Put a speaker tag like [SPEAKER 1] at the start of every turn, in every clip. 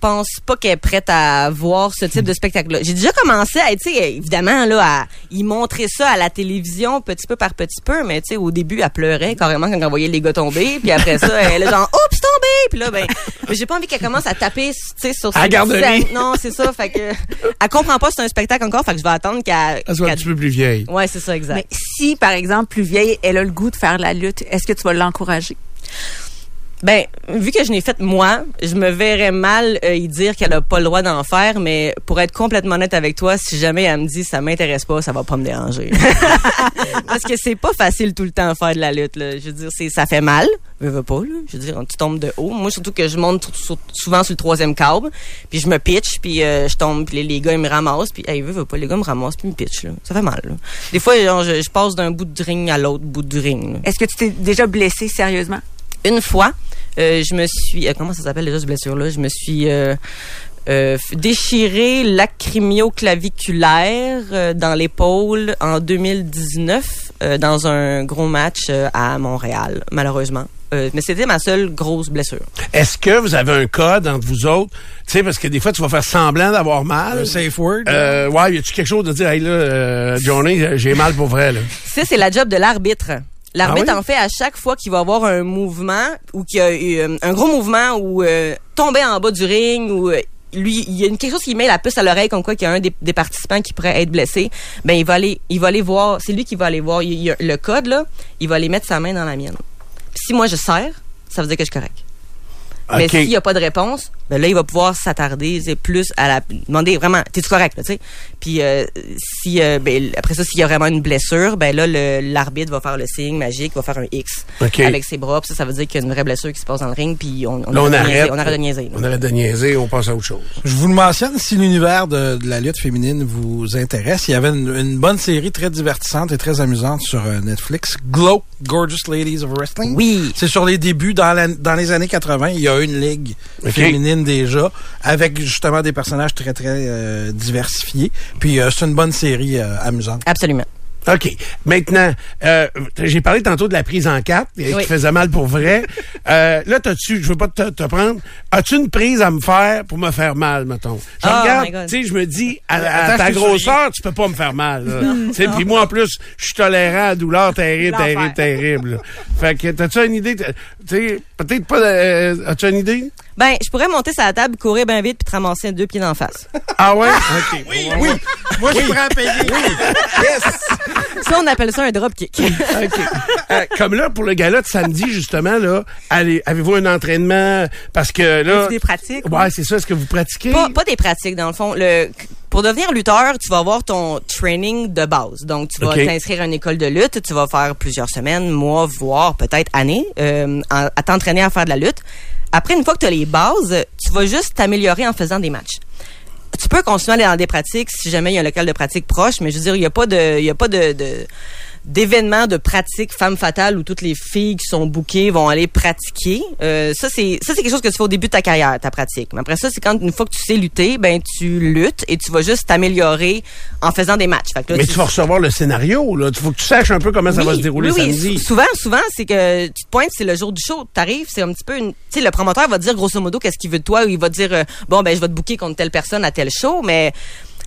[SPEAKER 1] pense pas qu'elle est prête à voir ce type de spectacle-là. J'ai déjà commencé à, tu sais, évidemment, là, à y montrer ça à la télévision, petit peu par petit peu, mais tu sais, au début, elle pleurait carrément quand on voyait les gars tomber, puis après ça, elle est genre, oups, tombé! Puis là, ben, mais j'ai pas envie qu'elle commence à taper, tu sais, sur
[SPEAKER 2] À
[SPEAKER 1] ses
[SPEAKER 2] garderie.
[SPEAKER 1] petits- Non, c'est ça, fait que, elle comprend pas, c'est un spectacle encore, fait que je vais attendre qu'elle.
[SPEAKER 2] Elle soit un
[SPEAKER 1] qu'elle-
[SPEAKER 2] petit peu plus vieille.
[SPEAKER 1] Ouais, c'est ça, exact.
[SPEAKER 3] Mais si, par exemple, plus vieille, elle a le goût de faire la lutte, est-ce que tu vas l'encourager?
[SPEAKER 1] Ben, vu que je l'ai faite moi, je me verrais mal euh, y dire qu'elle a pas le droit d'en faire, mais pour être complètement honnête avec toi, si jamais elle me dit ça m'intéresse pas, ça va pas me déranger. Parce que c'est pas facile tout le temps faire de la lutte là. Je veux dire, c'est ça fait mal, veux, veux pas là. Je veux dire, tu tombes de haut. Moi surtout que je monte tout- sur- souvent sur le troisième câble, puis je me pitch, puis euh, je tombe, puis les, les gars ils me ramassent, puis hey, veux, veux pas les gars me ramassent, puis ils me pitchent là. Ça fait mal. là. Des fois, genre, je, je passe d'un bout de ring à l'autre bout de ring. là
[SPEAKER 3] Est-ce que tu t'es déjà blessée sérieusement?
[SPEAKER 1] une fois, euh, je me suis euh, comment ça s'appelle déjà cette blessure là Je me suis euh, euh, f- déchiré l'acrymio-claviculaire euh, dans l'épaule en 2019 euh, dans un gros match euh, à Montréal, malheureusement. Euh, mais c'était ma seule grosse blessure.
[SPEAKER 2] Est-ce que vous avez un code entre vous autres? Tu sais, parce que des fois, tu vas faire semblant d'avoir mal.
[SPEAKER 4] Un safe word.
[SPEAKER 2] Euh, ouais, y a-tu quelque chose de dire, hey là, euh, Johnny, j'ai mal pour vrai, là.
[SPEAKER 1] Ça, c'est la job de l'arbitre. L'arbitre
[SPEAKER 2] Ah oui?
[SPEAKER 1] en fait à chaque fois qu'il va avoir un mouvement ou qu'il y a eu, euh, un gros mouvement ou euh, tomber en bas du ring ou euh, lui il y a une, quelque chose qui met la puce à l'oreille comme quoi qu'il y a un des, des participants qui pourrait être blessé, ben il va aller il va aller voir, c'est lui qui va aller voir il y a le code là, il va aller mettre sa main dans la mienne. Puis si moi je serre, ça veut dire que je suis correct. Mais
[SPEAKER 2] OK.
[SPEAKER 1] s'il n'y a pas de réponse, ben là, il va pouvoir s'attarder c'est plus à la demander vraiment, t'es-tu correct, là, tu sais? Puis euh, si, euh, ben, après ça, s'il y a vraiment une blessure, ben là, le- l'arbitre va faire le signe magique, va faire un X
[SPEAKER 2] OK.
[SPEAKER 1] avec ses bras. Puis ça, ça veut dire qu'il y a une vraie blessure qui se passe dans le ring, puis on, on,
[SPEAKER 2] Là, on
[SPEAKER 1] de niaiser,
[SPEAKER 2] arrête.
[SPEAKER 1] on arrête de niaiser. là.
[SPEAKER 2] On arrête de niaiser, on passe à autre chose.
[SPEAKER 4] Je vous le mentionne, si l'univers de, de la lutte féminine vous intéresse, il y avait une, une bonne série très divertissante et très amusante sur euh, Netflix, Glow, Gorgeous Ladies of Wrestling.
[SPEAKER 1] Oui.
[SPEAKER 4] C'est sur les débuts, dans, la- dans les années 80, il y a une ligue
[SPEAKER 2] Ok.
[SPEAKER 4] féminine déjà, avec justement des personnages très, très euh, diversifiés. Puis euh, c'est une bonne série euh, amusante.
[SPEAKER 1] Absolument.
[SPEAKER 2] OK. Maintenant, euh, j'ai parlé tantôt de la prise en quatre, euh,
[SPEAKER 1] Oui.
[SPEAKER 2] qui faisait mal pour vrai. euh, là, t'as-tu, je veux pas te, te prendre, as-tu une prise à me faire pour me faire mal, mettons? Je
[SPEAKER 1] Oh
[SPEAKER 2] regarde,
[SPEAKER 1] my God.
[SPEAKER 2] tu sais, je me dis, à, à
[SPEAKER 4] Attends, je
[SPEAKER 2] ta
[SPEAKER 4] t'ai
[SPEAKER 2] grosseur, tu peux pas me faire mal. là. Tu sais, Puis moi, en plus, je suis tolérant à douleur terrible, terrible,
[SPEAKER 3] L'enfer.
[SPEAKER 2] terrible. là. Fait que, t'as-tu une idée? T'as- Tu sais, peut-être pas, euh, as-tu une idée?
[SPEAKER 1] Ben, je pourrais monter sur la table, courir bien vite, puis te ramasser deux pieds d'en face.
[SPEAKER 2] Ah ouais? OK.
[SPEAKER 4] Oui, moi je suis prêt à payer. Yes!
[SPEAKER 1] ça, on appelle ça un drop kick.
[SPEAKER 2] OK. Euh, comme là, pour le gala de samedi, justement, là, allez, avez-vous un entraînement? Parce que là.
[SPEAKER 3] As-tu des pratiques?
[SPEAKER 2] Ouais, c'est ça. Est-ce que vous pratiquez?
[SPEAKER 1] Pas, pas des pratiques, dans le fond. Le, pour devenir lutteur, tu vas avoir ton training de base. Donc, tu vas
[SPEAKER 2] Ok.
[SPEAKER 1] t'inscrire à une école de lutte. Tu vas faire plusieurs semaines, mois, voire peut-être années euh, à, à t'entraîner à faire de la lutte. Après, une fois que tu as les bases, tu vas juste t'améliorer en faisant des matchs. Tu peux continuer à aller dans des pratiques si jamais il y a un local de pratique proche, mais je veux dire, il n'y a pas de... Il y a pas de, de d'événements de pratique femme fatale où toutes les filles qui sont bouquées vont aller pratiquer. Euh, ça c'est ça c'est quelque chose que tu fais au début de ta carrière, ta pratique. Mais après ça, c'est quand une fois que tu sais lutter, ben tu luttes et tu vas juste t'améliorer en faisant des matchs. Fait que là,
[SPEAKER 2] Mais tu vas recevoir le scénario, là. Il faut que tu saches un peu comment ça va
[SPEAKER 1] oui,
[SPEAKER 2] se dérouler
[SPEAKER 1] oui, oui.
[SPEAKER 2] samedi.
[SPEAKER 1] Sou- Souvent, souvent, c'est que tu te pointes, c'est le jour du show, t'arrives, c'est un petit peu une, tu sais, le promoteur va te dire grosso modo qu'est-ce qu'il veut de toi, ou il va te dire, euh, bon, ben, je vais te booker contre telle personne à tel show, mais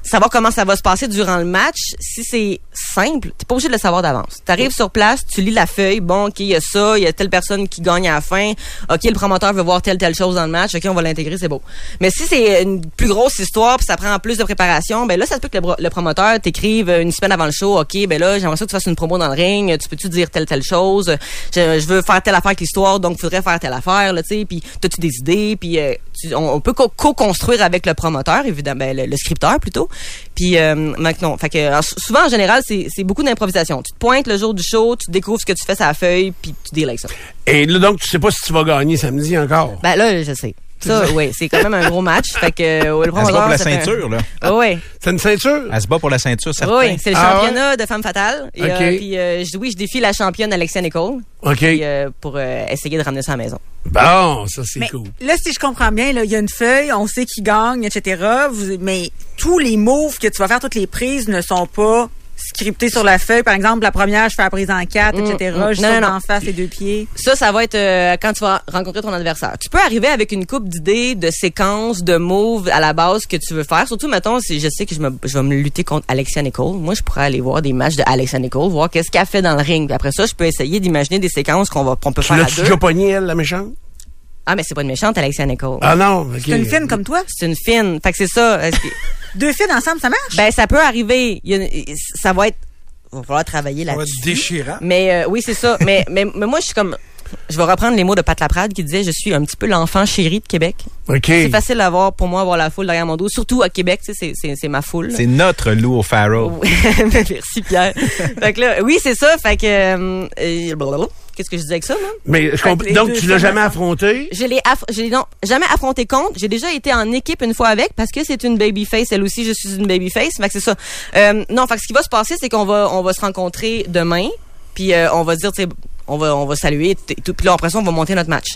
[SPEAKER 1] savoir comment ça va se passer durant le match, si c'est simple, t'es pas obligé de le savoir d'avance. T'arrives sur place, tu lis la feuille, bon, OK, il y a ça, il y a telle personne qui gagne à la fin, OK, le promoteur veut voir telle, telle chose dans le match, OK, on va l'intégrer, c'est beau. Mais si c'est une plus grosse histoire, puis ça prend plus de préparation, ben là, ça se peut que le, bro- le promoteur t'écrive euh, une semaine avant le show, OK, ben là, j'aimerais ça que tu fasses une promo dans le ring, tu peux-tu dire telle, telle chose, je, je veux faire telle affaire avec l'histoire, donc faudrait faire telle affaire, là, tu sais, puis t'as-tu des idées, puis euh, tu- on, on peut co- co-construire avec le promoteur, évidemment, ben, le, le scripteur plutôt, puis euh, maintenant, fait que, euh, sou- souvent, en général, c'est c'est beaucoup d'improvisation. Tu te pointes le jour du show, tu découvres ce que tu fais sur la feuille, puis tu deals avec ça.
[SPEAKER 2] Et là, donc, tu sais pas si tu vas gagner samedi encore.
[SPEAKER 1] Ben là, je sais. Ça, oui, c'est quand même un gros match. Fait que euh, le
[SPEAKER 5] Elle se
[SPEAKER 1] promoteur,
[SPEAKER 5] bat pour la
[SPEAKER 1] ça fait Oh. un-
[SPEAKER 5] ceinture, là.
[SPEAKER 1] Ah ouais.
[SPEAKER 2] C'est une ceinture?
[SPEAKER 5] Elle se bat pour la ceinture, certain.
[SPEAKER 1] Oui, c'est le
[SPEAKER 2] Ah ouais?
[SPEAKER 1] championnat de femmes fatales. Et, euh,
[SPEAKER 2] Ok.
[SPEAKER 1] puis, euh, je- oui, je défie la championne Alexia Nicole
[SPEAKER 2] OK.
[SPEAKER 1] puis, euh, pour euh, essayer de ramener ça à la maison.
[SPEAKER 2] Bon, ça, c'est
[SPEAKER 3] Mais
[SPEAKER 2] cool.
[SPEAKER 3] là, si je comprends bien, là, il y a une feuille, on sait qui gagne, etc. Vous- mais tous les moves que tu vas faire, toutes les prises ne sont pas scripté sur la feuille. Par exemple, la première, je fais la prise en quatre,
[SPEAKER 1] Mm,
[SPEAKER 3] etc. Je
[SPEAKER 1] mm. Non,
[SPEAKER 3] saute
[SPEAKER 1] non, non.
[SPEAKER 3] d'en face les deux pieds.
[SPEAKER 1] Ça, ça va être euh, quand tu vas rencontrer ton adversaire. Tu peux arriver avec une coupe d'idées, de séquences, de moves à la base que tu veux faire. Surtout, mettons, si je sais que je, me, je vais me lutter contre Alexia Nicole. Moi, je pourrais aller voir des matchs de Alexia Nicole, voir qu'est-ce qu'elle fait dans le ring. Puis après ça, je peux essayer d'imaginer des séquences qu'on va qu'on peut
[SPEAKER 2] Tu
[SPEAKER 1] faire à
[SPEAKER 2] l'as-tu
[SPEAKER 1] deux.
[SPEAKER 2] déjà pognée, elle, la méchante?
[SPEAKER 1] Ah, mais c'est pas une méchante, Alexia Nicole.
[SPEAKER 2] Ah non, ok.
[SPEAKER 3] C'est une fine comme toi.
[SPEAKER 1] C'est une fine. Fait que c'est ça. Est-ce que-
[SPEAKER 3] Deux fines ensemble, ça marche?
[SPEAKER 1] ben, ça peut arriver. Il y a une- ça va être... va falloir travailler
[SPEAKER 4] Ça va
[SPEAKER 1] là-dessus.
[SPEAKER 4] être déchirant.
[SPEAKER 1] Mais euh, oui, c'est ça. mais, mais, mais moi, je suis comme... Je vais reprendre les mots de Pat Laprade qui disait « Je suis un petit peu l'enfant chéri de Québec ».
[SPEAKER 2] OK.
[SPEAKER 1] C'est facile à voir, pour moi, avoir la foule derrière mon dos. Surtout à Québec, tu sais, c'est- c'est c'est ma foule.
[SPEAKER 5] C'est notre loup au
[SPEAKER 1] Oh.
[SPEAKER 5] Pharaoh.
[SPEAKER 1] Merci, Pierre. fait que là, oui, c'est ça. Fait que... euh, euh, blablabla. Qu'est-ce que je disais avec ça, moi?
[SPEAKER 2] Mais je comprends.
[SPEAKER 3] les
[SPEAKER 2] Donc,
[SPEAKER 3] deux
[SPEAKER 2] tu l'as
[SPEAKER 3] femmes
[SPEAKER 2] jamais
[SPEAKER 3] ensemble.
[SPEAKER 2] affronté?
[SPEAKER 1] Je l'ai aff- je l'ai non, jamais affronté contre. J'ai déjà été en équipe une fois avec parce que c'est une babyface. Elle aussi, je suis une babyface. Fait que c'est ça. Euh, non, fait que ce qui va se passer, c'est qu'on va, on va se rencontrer demain. Puis euh, on va se dire, tu sais, on va, on va saluer. t- et tout. Puis là, après ça, on va monter notre match.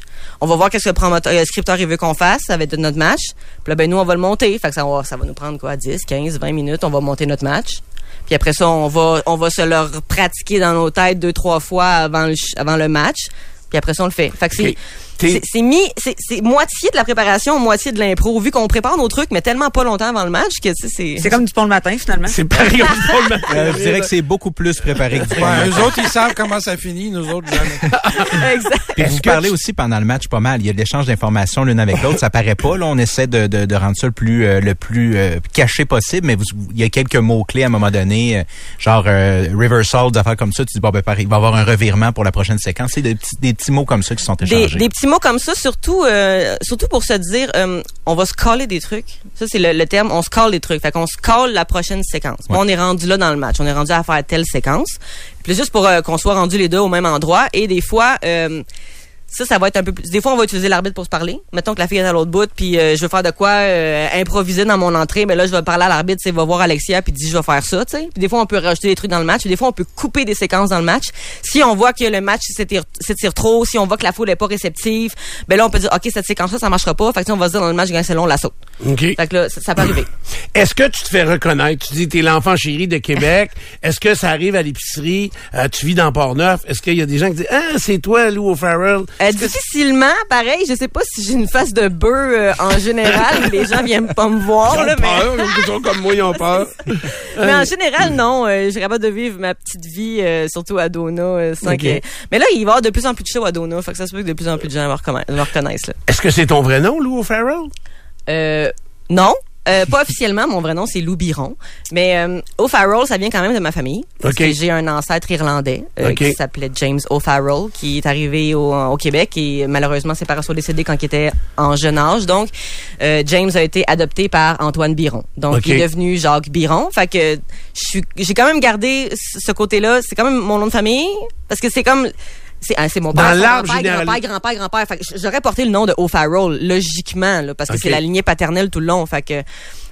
[SPEAKER 1] On va voir qu'est-ce que le, promoteur, euh, le scripteur il veut qu'on fasse avec notre match. Puis là, ben nous, on va le monter. Fait que ça, va, ça va nous prendre quoi, 10, 15, 20 minutes. On va monter notre match. Puis après ça, on va, on va se leur pratiquer dans nos têtes deux, trois fois avant le, ch- avant le match. Puis après ça, on le fait. Fait que c'est,
[SPEAKER 2] Ok. T'es-
[SPEAKER 1] c'est- c'est mis, c'est c'est moitié de la préparation, moitié de l'impro. Vu qu'on prépare nos trucs, mais tellement pas longtemps avant le match que tu sais, c'est.
[SPEAKER 3] C'est comme du pont le matin, finalement.
[SPEAKER 2] C'est pas rien pour le matin.
[SPEAKER 5] Euh, je dirais que c'est beaucoup plus préparé que du
[SPEAKER 4] Ouais,
[SPEAKER 5] Pharaoh.
[SPEAKER 4] eux autres, ils savent comment ça finit, nous autres, jamais.
[SPEAKER 1] exact.
[SPEAKER 5] Puis
[SPEAKER 2] Est-ce
[SPEAKER 5] vous
[SPEAKER 2] que
[SPEAKER 5] parlez
[SPEAKER 2] tu-
[SPEAKER 5] aussi pendant le match pas mal. Il y a de l'échange d'informations l'une avec l'autre. Ça paraît pas. Là, on essaie de, de, de rendre ça le plus euh, le plus euh, caché possible. Mais vous- il y a quelques mots clés à un moment donné, euh, genre euh, reversal, des affaires comme ça. Tu dis bon ben pareil, il va y avoir un revirement pour la prochaine séquence. C'est des petits des petits mots comme ça qui sont
[SPEAKER 1] Des,
[SPEAKER 5] échangés.
[SPEAKER 1] des petits mots comme ça, surtout, euh, surtout pour se dire, euh, on va se coller des trucs. Ça, c'est le, le terme, on se colle des trucs. Fait qu'on se colle la prochaine séquence. Puis
[SPEAKER 5] Ouais.
[SPEAKER 1] on est rendu là dans le match. On est rendu à faire telle séquence. Puis juste pour euh, qu'on soit rendu les deux au même endroit. Et des fois, euh, ça, ça va être un peu plus. Des fois, on va utiliser l'arbitre pour se parler. Mettons que la fille est à l'autre bout, puis euh, je veux faire de quoi euh, improviser dans mon entrée, mais là, je vais parler à l'arbitre, c'est va voir Alexia, puis dis je vais faire ça, tu sais. Puis des fois, on peut rajouter des trucs dans le match, puis des fois, on peut couper des séquences dans le match. Si on voit que le match s'étire s'étire trop, si on voit que la foule est pas réceptive, ben là, on peut dire ok, cette séquence-là, ça marchera pas. Fait que tu sais, on va se dire dans le match, gagne selon la saute.
[SPEAKER 2] OK.
[SPEAKER 1] Fait que là, ça, ça peut arriver.
[SPEAKER 2] Est-ce que tu te fais reconnaître? Tu dis, t'es l'enfant chéri de Québec. Est-ce que ça arrive à l'épicerie? Euh, tu vis dans Port-Neuf. Est-ce qu'il y a des gens qui disent, ah, c'est toi, Lou O'Farrell?
[SPEAKER 1] Euh, difficilement, pareil, je sais pas si j'ai une face de bœuf euh, en général, les gens viennent pas me voir, là, mais.
[SPEAKER 2] ils sont comme moi, ils ont peur.
[SPEAKER 1] Mais en général, non. Euh, je serais capable de vivre ma petite vie, euh, surtout à Dona. euh, sans
[SPEAKER 2] Ok.
[SPEAKER 1] que- Mais là, il va y avoir de plus en plus de shows à Dona. Fait que ça se peut que de plus en plus de gens me, reconna- me reconnaissent. Là.
[SPEAKER 2] Est-ce que c'est ton vrai nom, Lou O'Farrell?
[SPEAKER 1] Euh, non. Euh, pas officiellement, mon vrai nom c'est Lou Biron, mais euh, O'Farrell ça vient quand même de ma famille. Parce
[SPEAKER 2] Ok.
[SPEAKER 1] que J'ai un ancêtre irlandais euh,
[SPEAKER 2] Ok.
[SPEAKER 1] qui s'appelait James O'Farrell, qui est arrivé au, au Québec et malheureusement ses parents sont décédés quand il était en jeune âge. Donc euh, James a été adopté par Antoine Biron, donc
[SPEAKER 2] Ok.
[SPEAKER 1] il est devenu Jacques Biron. Fait que je suis- j'ai quand même gardé ce ce côté-là. C'est quand même mon nom de famille parce que c'est comme c'est ah, c'est mon
[SPEAKER 2] Dans
[SPEAKER 1] père, son
[SPEAKER 2] l'arbre
[SPEAKER 1] grand-père,
[SPEAKER 2] général-
[SPEAKER 1] grand-père, grand-père, grand-père. Fait que j- J'aurais porté le nom de O'Farrell, logiquement, là, parce que
[SPEAKER 2] Ok.
[SPEAKER 1] c'est la lignée paternelle tout le long. Fait que,